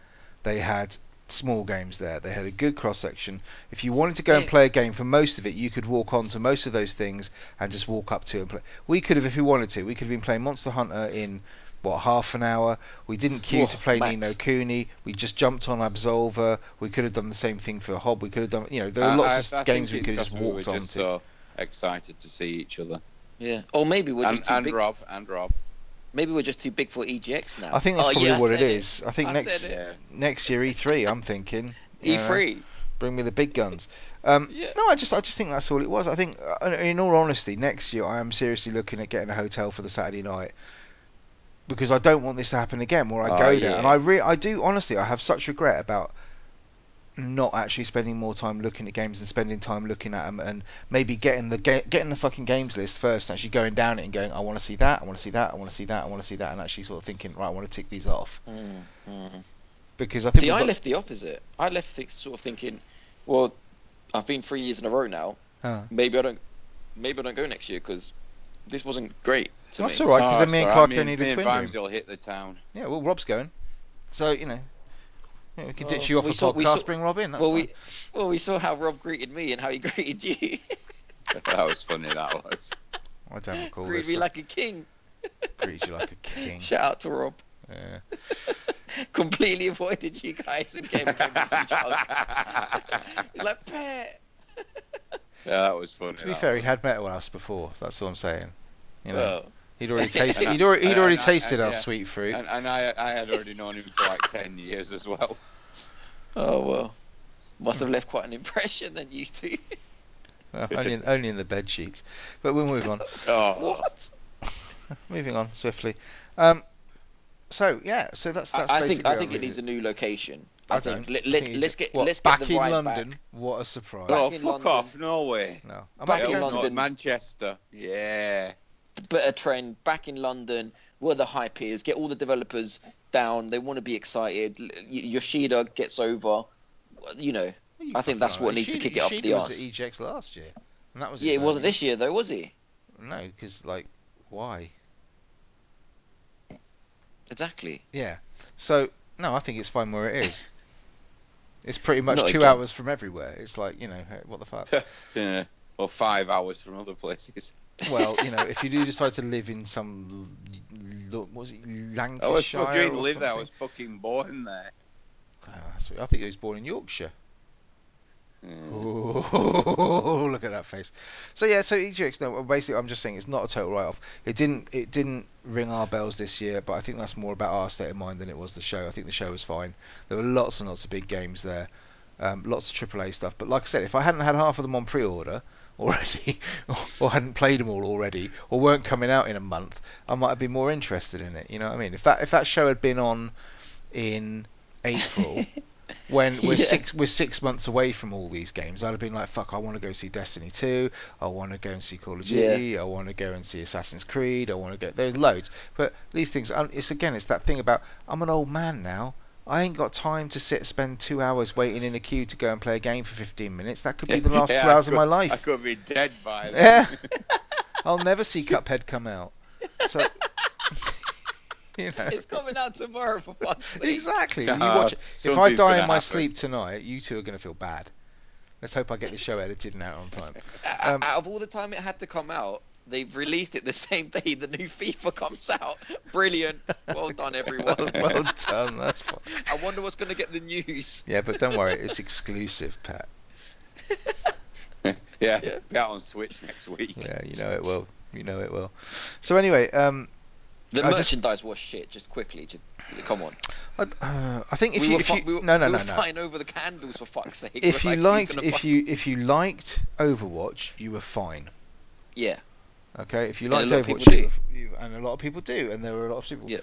Speaker 2: They had small games there. They had a good cross section. If you wanted to go and
Speaker 7: Yeah.
Speaker 2: play a game for most of it, you could walk on to most of those things and just walk up to and play. We could have, if we wanted to, we could have been playing Monster Hunter in what half an hour. We didn't queue
Speaker 7: Whoa,
Speaker 2: to play
Speaker 7: max.
Speaker 2: Nino Cooney. We just jumped on Absolver. We could have done the same thing for Hob. We could have done, you know, there
Speaker 5: I-
Speaker 2: are
Speaker 5: I-
Speaker 2: lots
Speaker 5: I
Speaker 2: of games we
Speaker 5: think
Speaker 2: could have
Speaker 5: it's
Speaker 2: just
Speaker 5: 'cause we
Speaker 2: walked
Speaker 5: were
Speaker 2: on
Speaker 5: just
Speaker 2: to.
Speaker 5: so excited to see each other.
Speaker 7: Yeah. Or maybe we're
Speaker 5: And,
Speaker 7: just too
Speaker 5: and
Speaker 7: big.
Speaker 5: Rob, and Rob.
Speaker 7: Maybe we're just too big for EGX now.
Speaker 2: I think that's
Speaker 7: Oh,
Speaker 2: probably
Speaker 7: yeah, I
Speaker 2: what it
Speaker 7: said
Speaker 2: is. I think
Speaker 7: I
Speaker 2: next
Speaker 7: said
Speaker 5: Yeah.
Speaker 2: next year E3, I'm thinking
Speaker 3: E
Speaker 2: you know,
Speaker 7: E3.
Speaker 2: bring me the big guns. Um,
Speaker 7: Yeah.
Speaker 2: No, I just I just think that's all it was. I think, uh, in all honesty, next year I am seriously looking at getting a hotel for the Saturday night because I don't want this to happen again. Where I
Speaker 5: Oh,
Speaker 2: go there
Speaker 5: yeah.
Speaker 2: and I re- I do honestly I have such regret about not actually spending more time looking at games and spending time looking at them and maybe getting the ga- getting the fucking games list first and actually going down it and going I want to see that I want to see that I want to see that I want to see that and actually sort of thinking right I want to tick these off
Speaker 3: Mm, mm.
Speaker 2: because I think
Speaker 3: See,
Speaker 2: we've
Speaker 3: I
Speaker 2: got-
Speaker 3: left the opposite. I left th- sort of thinking, well, I've been three years in a row now.
Speaker 2: Uh.
Speaker 3: Maybe I don't. Maybe I don't go next year because this wasn't great to
Speaker 2: that's
Speaker 3: me.
Speaker 2: all right because
Speaker 5: Oh,
Speaker 2: then
Speaker 5: it's
Speaker 2: me and
Speaker 5: all right.
Speaker 2: Clark
Speaker 5: me
Speaker 2: don't
Speaker 5: and-
Speaker 2: need
Speaker 5: me
Speaker 2: a
Speaker 5: and
Speaker 2: twin room
Speaker 5: Vimes will hit the town.
Speaker 2: yeah well Rob's going so you know yeah, we could ditch
Speaker 3: Well,
Speaker 2: you off
Speaker 3: we
Speaker 2: the
Speaker 3: saw- we
Speaker 2: podcast
Speaker 3: saw-
Speaker 2: bring Rob in that's
Speaker 3: well,
Speaker 2: fine.
Speaker 3: we well we saw how Rob greeted me and how he greeted you.
Speaker 5: That was funny. That was.
Speaker 2: I don't recall
Speaker 3: greeted
Speaker 2: this Mm.
Speaker 3: me
Speaker 2: so
Speaker 3: like a king.
Speaker 2: greet you like a king
Speaker 3: Shout out to Rob.
Speaker 2: yeah.
Speaker 3: Completely avoided you guys and came against each other. He's like, pet.
Speaker 5: Yeah, that was funny.
Speaker 2: to be
Speaker 5: that
Speaker 2: fair
Speaker 5: was.
Speaker 2: he had met us before so that's all I'm saying you know
Speaker 3: Well,
Speaker 2: he'd already
Speaker 3: I
Speaker 2: tasted
Speaker 5: know,
Speaker 2: he'd already,
Speaker 5: I
Speaker 2: he'd
Speaker 5: know,
Speaker 2: already
Speaker 5: and I-
Speaker 2: tasted
Speaker 5: and
Speaker 2: our
Speaker 5: yeah.
Speaker 2: sweet fruit
Speaker 5: And, and I, I had already known him for like ten years as well.
Speaker 3: oh well. Must have left quite an impression then you two.
Speaker 2: Well, only, in, only in the bed sheets. But we'll move on.
Speaker 5: Oh,
Speaker 3: what?
Speaker 2: Moving on swiftly. Um, so yeah, so that's that's.
Speaker 3: I, I think
Speaker 2: basically
Speaker 3: I
Speaker 2: our
Speaker 3: think it
Speaker 2: review.
Speaker 3: needs a new location. I,
Speaker 2: I
Speaker 3: think
Speaker 2: don't.
Speaker 3: let,
Speaker 2: I
Speaker 3: let's
Speaker 2: think it-
Speaker 3: let's get
Speaker 2: what,
Speaker 3: let's
Speaker 2: back
Speaker 3: get the
Speaker 2: in
Speaker 3: ride
Speaker 2: London.
Speaker 3: back.
Speaker 2: What a surprise!
Speaker 5: oh,
Speaker 3: Back in
Speaker 5: fuck
Speaker 3: London.
Speaker 5: off! No way.
Speaker 2: No, I
Speaker 3: Back
Speaker 2: might
Speaker 3: in
Speaker 5: Hell
Speaker 2: go-
Speaker 5: no,
Speaker 3: London.
Speaker 5: Manchester. Yeah.
Speaker 3: better trend back in London where the hype is. Get all the developers down. They want to be excited. Y- Yoshida gets over. You know,
Speaker 2: You
Speaker 3: I think
Speaker 2: fucking
Speaker 3: that's
Speaker 2: are.
Speaker 3: what needs to
Speaker 2: Yoshida-
Speaker 3: kick it up
Speaker 2: Yoshida
Speaker 3: the
Speaker 2: was
Speaker 3: arse.
Speaker 2: at EGX last year, and that was.
Speaker 3: yeah, it
Speaker 2: in
Speaker 3: wasn't
Speaker 2: Birmingham.
Speaker 3: this year though, was he?
Speaker 2: No, because like, why?
Speaker 3: Exactly.
Speaker 2: Yeah. So no, I think it's fine where it is. It's pretty much
Speaker 3: Not
Speaker 2: two
Speaker 3: again.
Speaker 2: hours from everywhere. It's like you know hey, what the fuck.
Speaker 5: Yeah. Or five hours from other places.
Speaker 2: well, you know, if you do decide to live in some, l- l- what was it
Speaker 5: Oh, I was
Speaker 2: Lancashire
Speaker 5: fucking
Speaker 2: or
Speaker 5: live there. I
Speaker 2: something?
Speaker 5: was fucking born there.
Speaker 2: Ah, that's what- I think he was born in Yorkshire.
Speaker 5: Yeah.
Speaker 2: Ooh, look at that face. So yeah, so EGX. No, well, basically, I'm just saying it's not a total write-off. It didn't. It didn't ring our bells this year, but I think that's more about our state of mind than it was the show. I think the show was fine. There were lots and lots of big games there, um, lots of AAA stuff. But like I said, if I hadn't had half of them on pre-order already, or, or hadn't played them all already, or weren't coming out in a month, I might have been more interested in it. You know what I mean? If that if that show had been on in April when we're
Speaker 3: Yeah.
Speaker 2: six we're six months away from all these games, I'd have been like, "Fuck! I want to go see Destiny two. I want to go and see Call of
Speaker 3: Yeah.
Speaker 2: Duty. I want to go and see Assassin's Creed. I want to go." There's loads, but these things. um, It's again, it's that thing about I'm an old man now. I ain't got time to sit spend two hours waiting in a queue to go and play a game for 15 minutes. That could be the last
Speaker 5: Yeah,
Speaker 2: two
Speaker 5: I
Speaker 2: hours of
Speaker 5: could-
Speaker 2: my
Speaker 5: I
Speaker 2: life.
Speaker 5: could be dead by then.
Speaker 2: Yeah. I'll never see Cuphead come out. So, you know.
Speaker 3: It's coming out tomorrow for fuck's sake.
Speaker 2: Exactly.
Speaker 5: Yeah,
Speaker 2: you watch it. If I
Speaker 5: Ah, something's
Speaker 2: die in
Speaker 5: gonna
Speaker 2: my
Speaker 5: happen.
Speaker 2: sleep tonight, you two are going to feel bad. Let's hope I get this show edited and out on time.
Speaker 3: O-
Speaker 2: Um,
Speaker 3: out of all the time it had to come out, they've released it the same day the new FIFA comes out. Brilliant. Well done, everyone.
Speaker 2: well, well done. That's fine.
Speaker 3: I wonder what's going to get the news.
Speaker 2: Yeah, but don't worry, it's exclusive, Pat.
Speaker 5: Yeah,
Speaker 3: Yeah.
Speaker 5: be out on Switch next week.
Speaker 2: Yeah, you know it will. You know it will. So anyway, um,
Speaker 3: The
Speaker 2: I just-
Speaker 3: merchandise was shit. Just quickly, just, come on.
Speaker 2: I, uh, I think if
Speaker 3: we
Speaker 2: you,
Speaker 3: were,
Speaker 2: if
Speaker 3: fi-
Speaker 2: you
Speaker 3: we were,
Speaker 2: no no
Speaker 3: we were
Speaker 2: no no.
Speaker 3: flying over the candles for fuck's sake.
Speaker 2: If
Speaker 3: We're
Speaker 2: you
Speaker 3: like,
Speaker 2: liked
Speaker 3: he's gonna
Speaker 2: if
Speaker 3: fuck-
Speaker 2: you if you liked Overwatch, you were fine.
Speaker 3: yeah,
Speaker 2: Okay, if you
Speaker 3: And a
Speaker 2: liked
Speaker 3: lot of people
Speaker 2: Overwatch,
Speaker 3: do.
Speaker 2: you, you- and a lot of people do, and there were a lot of people.
Speaker 3: Yeah.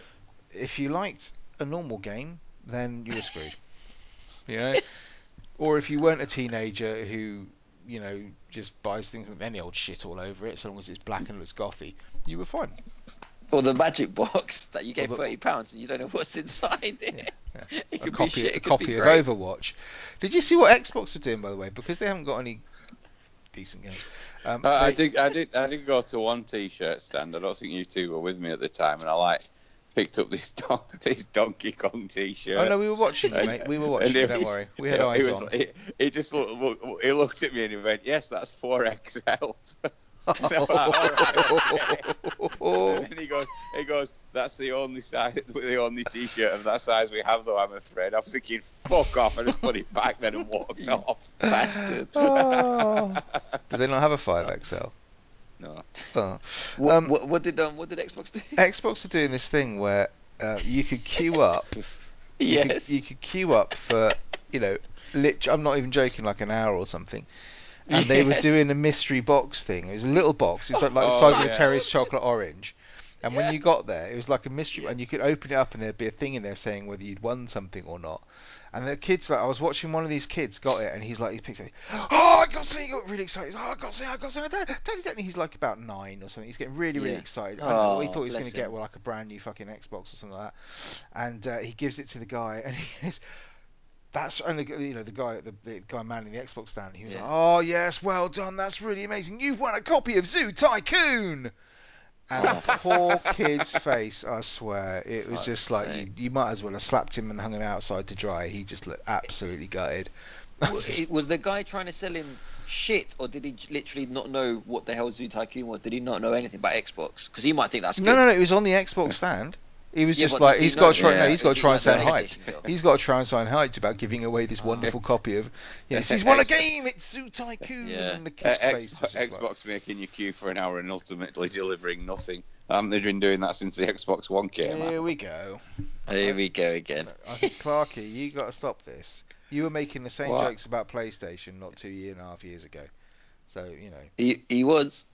Speaker 2: If you liked a normal game, then you were screwed. you know, or if you weren't a teenager who, you know, just buys things with any old shit all over it, so long as it's black and looks gothy, you were fine.
Speaker 3: or the magic box that you gave
Speaker 2: the-
Speaker 3: thirty pounds and you don't know what's inside it. It
Speaker 2: a
Speaker 3: could
Speaker 2: copy,
Speaker 3: be shit.
Speaker 2: a
Speaker 3: It could
Speaker 2: copy
Speaker 3: be
Speaker 2: of
Speaker 3: great.
Speaker 2: Overwatch. Did you see what Xbox were doing, by the way? Because they haven't got any decent games. Um,
Speaker 3: Uh,
Speaker 5: I, I
Speaker 2: they-
Speaker 5: did. I did. I did go to one T-shirt stand. I don't think you two were with me at the time, and I like picked up this don- this Donkey Kong T-shirt.
Speaker 2: Oh no, we were watching you,
Speaker 5: And-
Speaker 2: mate. We were
Speaker 5: and
Speaker 2: watching. you,
Speaker 5: it
Speaker 2: Don't
Speaker 5: was-
Speaker 2: worry, we had
Speaker 5: it,
Speaker 2: eyes
Speaker 5: it was,
Speaker 2: on.
Speaker 5: It, it just looked, look- It looked at me and he went, "Yes, that's four XL." and then he goes, "He goes, that's the only size, the only T-shirt of that size we have, though. I'm afraid." I was thinking, "Fuck off!" I just put it back then and walked off.
Speaker 3: Bastard.
Speaker 2: oh. Do they not have a 5XL?
Speaker 5: No.
Speaker 2: Oh.
Speaker 7: What,
Speaker 2: Um,
Speaker 7: what, what did um, what did Xbox do?
Speaker 2: Xbox are doing this thing where uh, you could queue up. You
Speaker 3: yes.
Speaker 2: Could, you could queue up for, you know, lit- I'm not even joking, like an hour or something. And they were
Speaker 3: Yes.
Speaker 2: doing a mystery box thing. It was a little box. It was like, like the size of a
Speaker 5: yeah.
Speaker 2: Terry's chocolate orange. And when you got there, it was like a mystery, and you could open it up, and there'd be a thing in there saying whether you'd won something or not. And the kids, like, I was watching one of these kids got it, and he's like, he picks it. Oh, I got something! He got really excited. Oh, I got something! I got something! Daddy, daddy, daddy. He's like about nine or something. He's getting really, really
Speaker 8: Yeah.
Speaker 2: excited. And all he
Speaker 8: Oh,
Speaker 2: thought he was going
Speaker 8: bless
Speaker 2: to get
Speaker 8: him.
Speaker 2: were like a brand new fucking Xbox or something like that. And uh, he gives it to the guy, and he goes, "That's and the, you know the guy, the, the guy manning the Xbox stand. He was
Speaker 3: Yeah.
Speaker 2: like, "Oh yes, well done. That's really amazing. You've won a copy of Zoo Tycoon." And the poor kid's face, I swear, it was
Speaker 3: Fuck's
Speaker 2: just like you,
Speaker 3: sake.
Speaker 2: you might as well have slapped him and hung him outside to dry. He just looked absolutely gutted.
Speaker 3: was, was the guy trying to sell him shit, or did he j- literally not know what the hell Zoo Tycoon was? Did he not know anything about Xbox? Because he might think that's good.
Speaker 2: No, no, no. It was on the Xbox stand. He was
Speaker 3: Yeah,
Speaker 2: just
Speaker 3: but
Speaker 2: like
Speaker 3: does he
Speaker 2: he's
Speaker 3: know
Speaker 2: got to
Speaker 3: that?
Speaker 2: try. No,
Speaker 5: Yeah,
Speaker 2: he's got
Speaker 3: does
Speaker 2: to
Speaker 3: he
Speaker 2: try and
Speaker 3: know
Speaker 2: sound
Speaker 3: that
Speaker 2: hyped.
Speaker 3: PlayStation deal?
Speaker 2: He's got to try and sound hyped about giving away this wonderful copy of. Yes, he's won a game. It's Zoo Tycoon.
Speaker 3: Yeah.
Speaker 2: And the
Speaker 5: Uh,
Speaker 2: kid's
Speaker 5: X-
Speaker 2: face was just
Speaker 5: Xbox
Speaker 2: like,
Speaker 5: making you queue for an hour and ultimately delivering nothing. Um, they've been doing that since the Xbox One came out.
Speaker 2: Here we go.
Speaker 3: Here we go again.
Speaker 2: I think Clarky, you got to stop this. You were making the same
Speaker 5: What?
Speaker 2: jokes about PlayStation not two year and a half years ago. So you know,
Speaker 3: He, he was.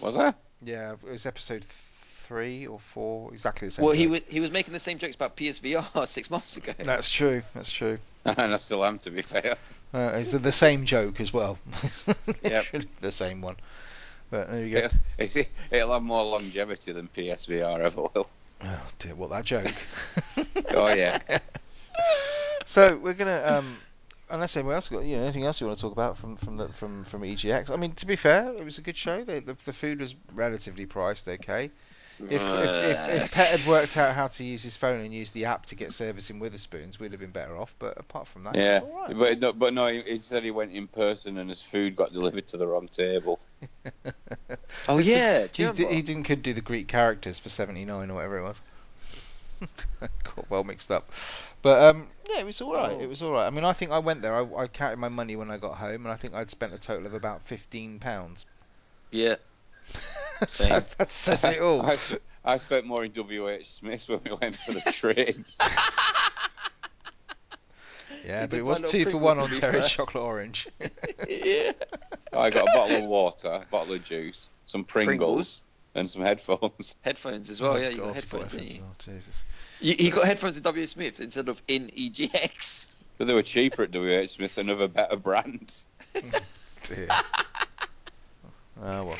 Speaker 5: Was I?
Speaker 2: yeah, it was episode three or four, exactly the same.
Speaker 3: Well, he
Speaker 2: joke.
Speaker 3: was, he was making the same jokes about PSVR six months ago.
Speaker 2: That's true. That's true.
Speaker 5: and I still am, to be fair.
Speaker 2: Uh, it's the, the same joke as well.
Speaker 5: Yep.
Speaker 2: Literally the same one. But there you go.
Speaker 5: It, it'll have more longevity than PSVR ever will.
Speaker 2: Oh dear, what that joke.
Speaker 5: Oh yeah.
Speaker 2: so we're gonna um unless anyone else got you know anything else you want to talk about from from the, from from EGX. I mean to be fair, it was a good show. The the, the food was relatively priced okay. If, if, if, if Pet had worked out how to use his phone and used the app to get service in Witherspoons, we'd have been better off. But apart from that,
Speaker 5: Yeah,
Speaker 2: it was all right.
Speaker 5: but no, but no, he, he said he went in person and his food got delivered to the wrong table.
Speaker 3: Oh
Speaker 2: It's the-
Speaker 3: yeah,
Speaker 2: He,
Speaker 3: do you
Speaker 2: d-
Speaker 3: remember?
Speaker 2: he didn't could do the Greek characters for seventy nine or whatever it was. Got well mixed up, but um, yeah, it was all
Speaker 3: Oh.
Speaker 2: right. It was all right. I mean, I think I went there. I, I counted my money when I got home, and I think I'd spent a total of about fifteen pounds.
Speaker 3: yeah,
Speaker 2: so
Speaker 3: Same.
Speaker 2: that says it all.
Speaker 5: I, sp- I spent more in WH Smith's when we went for the train.
Speaker 2: yeah,
Speaker 3: He
Speaker 2: but
Speaker 3: did
Speaker 2: it was
Speaker 3: find out
Speaker 2: two for
Speaker 3: Pringles,
Speaker 2: one
Speaker 3: to
Speaker 2: on
Speaker 3: be
Speaker 2: Terry
Speaker 3: fair.
Speaker 2: Chocolate Orange.
Speaker 3: yeah.
Speaker 5: I got a bottle of water, a bottle of juice, some Pringles, and some headphones.
Speaker 3: headphones as well. Oh, yeah, you
Speaker 2: Oh God,
Speaker 3: got headphones.
Speaker 2: boyfriends.
Speaker 3: didn't you?
Speaker 2: Oh, Jesus.
Speaker 3: You, you got headphones at W Smith instead of in E EGX.
Speaker 5: But they were cheaper at WH Smith, another better brand.
Speaker 2: Dear. Oh well.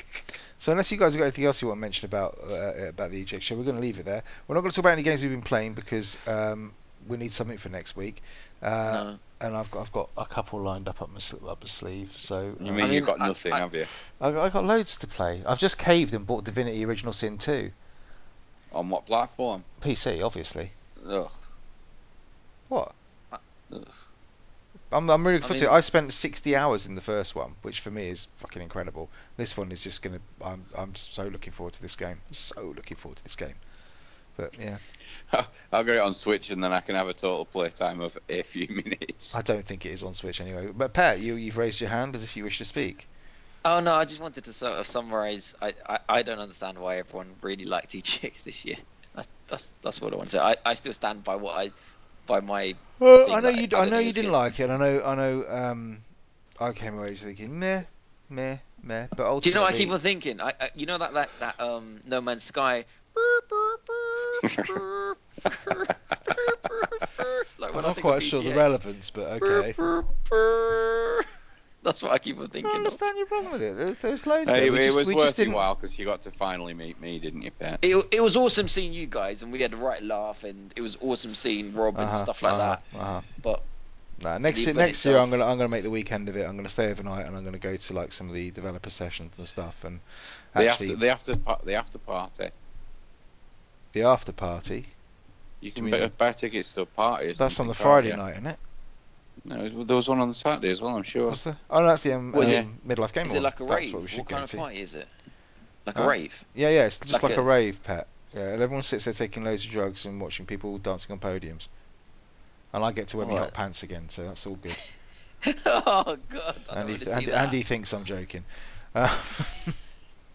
Speaker 2: So unless you guys have got anything else you want to mention about uh, about the eject show, we're going to leave it there. We're not going to talk about any games we've been playing because um, we need something for next week. Uh,
Speaker 3: No.
Speaker 2: And I've got I've got a couple lined up up my sl- up my sleeve. So
Speaker 5: You
Speaker 2: uh,
Speaker 5: mean,
Speaker 3: mean,
Speaker 5: you've got
Speaker 3: I-
Speaker 5: nothing,
Speaker 3: I-
Speaker 5: have you?
Speaker 2: I've, I've got loads to play. I've just caved and bought Divinity Original Sin 2
Speaker 5: On what platform?
Speaker 2: PC, obviously.
Speaker 5: Ugh.
Speaker 2: What?
Speaker 5: Ugh.
Speaker 2: I'm, I'm really
Speaker 3: I
Speaker 2: footed. I,
Speaker 3: mean-
Speaker 2: spent 60 hours in the first one, which for me is fucking incredible. This one is just gonna. I'm I'm so looking forward to this game. So looking forward to this game. But yeah,
Speaker 5: I'll get it on Switch and then I can have a total playtime of a few minutes.
Speaker 2: I don't think it is on Switch anyway. But Pat, you you've raised your hand as if you wish to speak.
Speaker 3: Oh no, I just wanted to sort of summarize. I, I, I don't understand why everyone really liked EGX this year. That's that's, that's what I want to say. I, I still stand by what I by my
Speaker 2: Well,
Speaker 3: Think
Speaker 2: I know
Speaker 3: like
Speaker 2: you.
Speaker 3: it. I
Speaker 2: I know
Speaker 3: don't think
Speaker 2: you
Speaker 3: it's
Speaker 2: didn't
Speaker 3: good.
Speaker 2: like it. I know. I know. Um, I came away thinking meh, meh, meh. But ultimately,
Speaker 3: Do you know what I keep on thinking? I, I you know that that that um No Man's Sky. like
Speaker 2: I'm
Speaker 3: when I
Speaker 2: not
Speaker 3: think of E
Speaker 2: quite sure the
Speaker 3: EGX,
Speaker 2: relevance, but okay.
Speaker 3: That's what I keep on
Speaker 2: I don't
Speaker 3: thinking. of.
Speaker 2: understand your problem with it. There's, there's loads. there.
Speaker 5: Hey, it
Speaker 2: We just,
Speaker 5: was
Speaker 2: we
Speaker 5: worth
Speaker 2: just
Speaker 5: your
Speaker 2: didn't.
Speaker 5: while because you got to finally meet me, didn't you, Pat?
Speaker 3: It, it was awesome seeing you guys, and we had a right laugh, and it was awesome seeing Rob and
Speaker 2: Uh-huh,
Speaker 3: stuff like
Speaker 2: uh-huh,
Speaker 3: that.
Speaker 2: uh-huh.
Speaker 3: But-
Speaker 2: Nah, next
Speaker 3: The
Speaker 2: year,
Speaker 3: event
Speaker 2: next year, I'm
Speaker 3: itself.
Speaker 2: gonna I'm gonna make the weekend of it. I'm gonna stay overnight and I'm gonna go to like some of the developer sessions and stuff and
Speaker 5: The
Speaker 2: actually
Speaker 5: after, the after, pa- the after party.
Speaker 2: the after party.
Speaker 5: You
Speaker 2: we
Speaker 5: can buy,
Speaker 2: not-
Speaker 5: buy tickets to a party. or
Speaker 2: That's on
Speaker 5: something,
Speaker 2: the
Speaker 5: can't
Speaker 2: Friday
Speaker 5: you?
Speaker 2: night, isn't it?
Speaker 5: No, there was one on the Saturday as well. I'm sure.
Speaker 2: What's the? Oh, no, that's the um,
Speaker 3: Was
Speaker 2: um, midlife game.
Speaker 3: Is it
Speaker 2: Awards.
Speaker 3: like a
Speaker 2: That's
Speaker 3: rave?
Speaker 2: what we
Speaker 3: What,
Speaker 2: should go
Speaker 3: kind of
Speaker 2: to.
Speaker 3: party is it? Like
Speaker 2: Huh?
Speaker 3: a rave?
Speaker 2: Yeah, yeah, it's just like,
Speaker 3: Like
Speaker 2: a,
Speaker 3: a-
Speaker 2: rave, Pat. Yeah, and everyone sits there taking loads of drugs and watching people dancing on podiums. And I get to wear my
Speaker 3: Alright.
Speaker 2: hot pants again, so that's all good.
Speaker 3: oh god! I don't
Speaker 2: And
Speaker 3: want
Speaker 2: he,
Speaker 3: to see
Speaker 2: and,
Speaker 3: that.
Speaker 2: and he thinks I'm joking. Uh,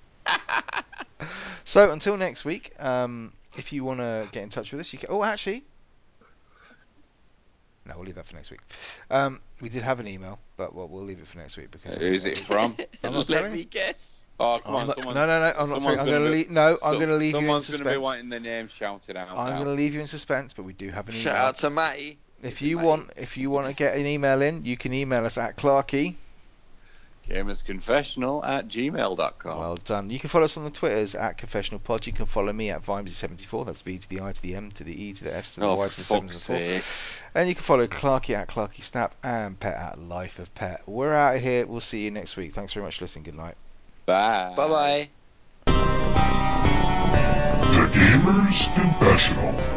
Speaker 2: so until next week, um, if you want to get in touch with us, you can. Oh, actually, no, we'll leave that for next week. Um, we did have an email, but we'll, we'll leave it for next week because
Speaker 5: Who's it from?
Speaker 2: I'm not
Speaker 3: Let
Speaker 2: telling
Speaker 3: me
Speaker 2: you.
Speaker 3: guess.
Speaker 5: Oh,
Speaker 2: I'm
Speaker 5: come on,
Speaker 2: not-
Speaker 5: someone's
Speaker 2: no, no, no. I'm not.
Speaker 5: someone's
Speaker 2: Saying, I'm
Speaker 5: gonna
Speaker 2: going to
Speaker 5: be-
Speaker 2: leave. No, I'm
Speaker 5: so-
Speaker 2: going to leave you in
Speaker 5: Someone's gonna be
Speaker 2: suspense.
Speaker 5: wanting the name shouted out.
Speaker 2: I'm
Speaker 5: now.
Speaker 2: going to leave you in suspense, but we do have an email.
Speaker 3: Shout out to Matty.
Speaker 2: If
Speaker 5: Good
Speaker 2: you
Speaker 5: mate.
Speaker 2: want, if you want to get an email in, you can email us at Clarkey.
Speaker 5: Gamersconfessional at gmail.com.
Speaker 2: Well done. You can follow us on the Twitters at Confessional Pod. You can follow me at Vimesy74. That's V to the I to the M to the E to the S to the
Speaker 5: oh,
Speaker 2: Y
Speaker 5: for
Speaker 2: to the 7 to
Speaker 5: fuck's
Speaker 2: the 4.
Speaker 5: sake.
Speaker 2: And you can follow Clarkey at Clarkey Snap and Pet at Life of Pet. We're out of here. We'll see you next week. Thanks very much for listening. Good night.
Speaker 5: Bye.
Speaker 3: Bye bye.
Speaker 4: The Gamer's Confessional.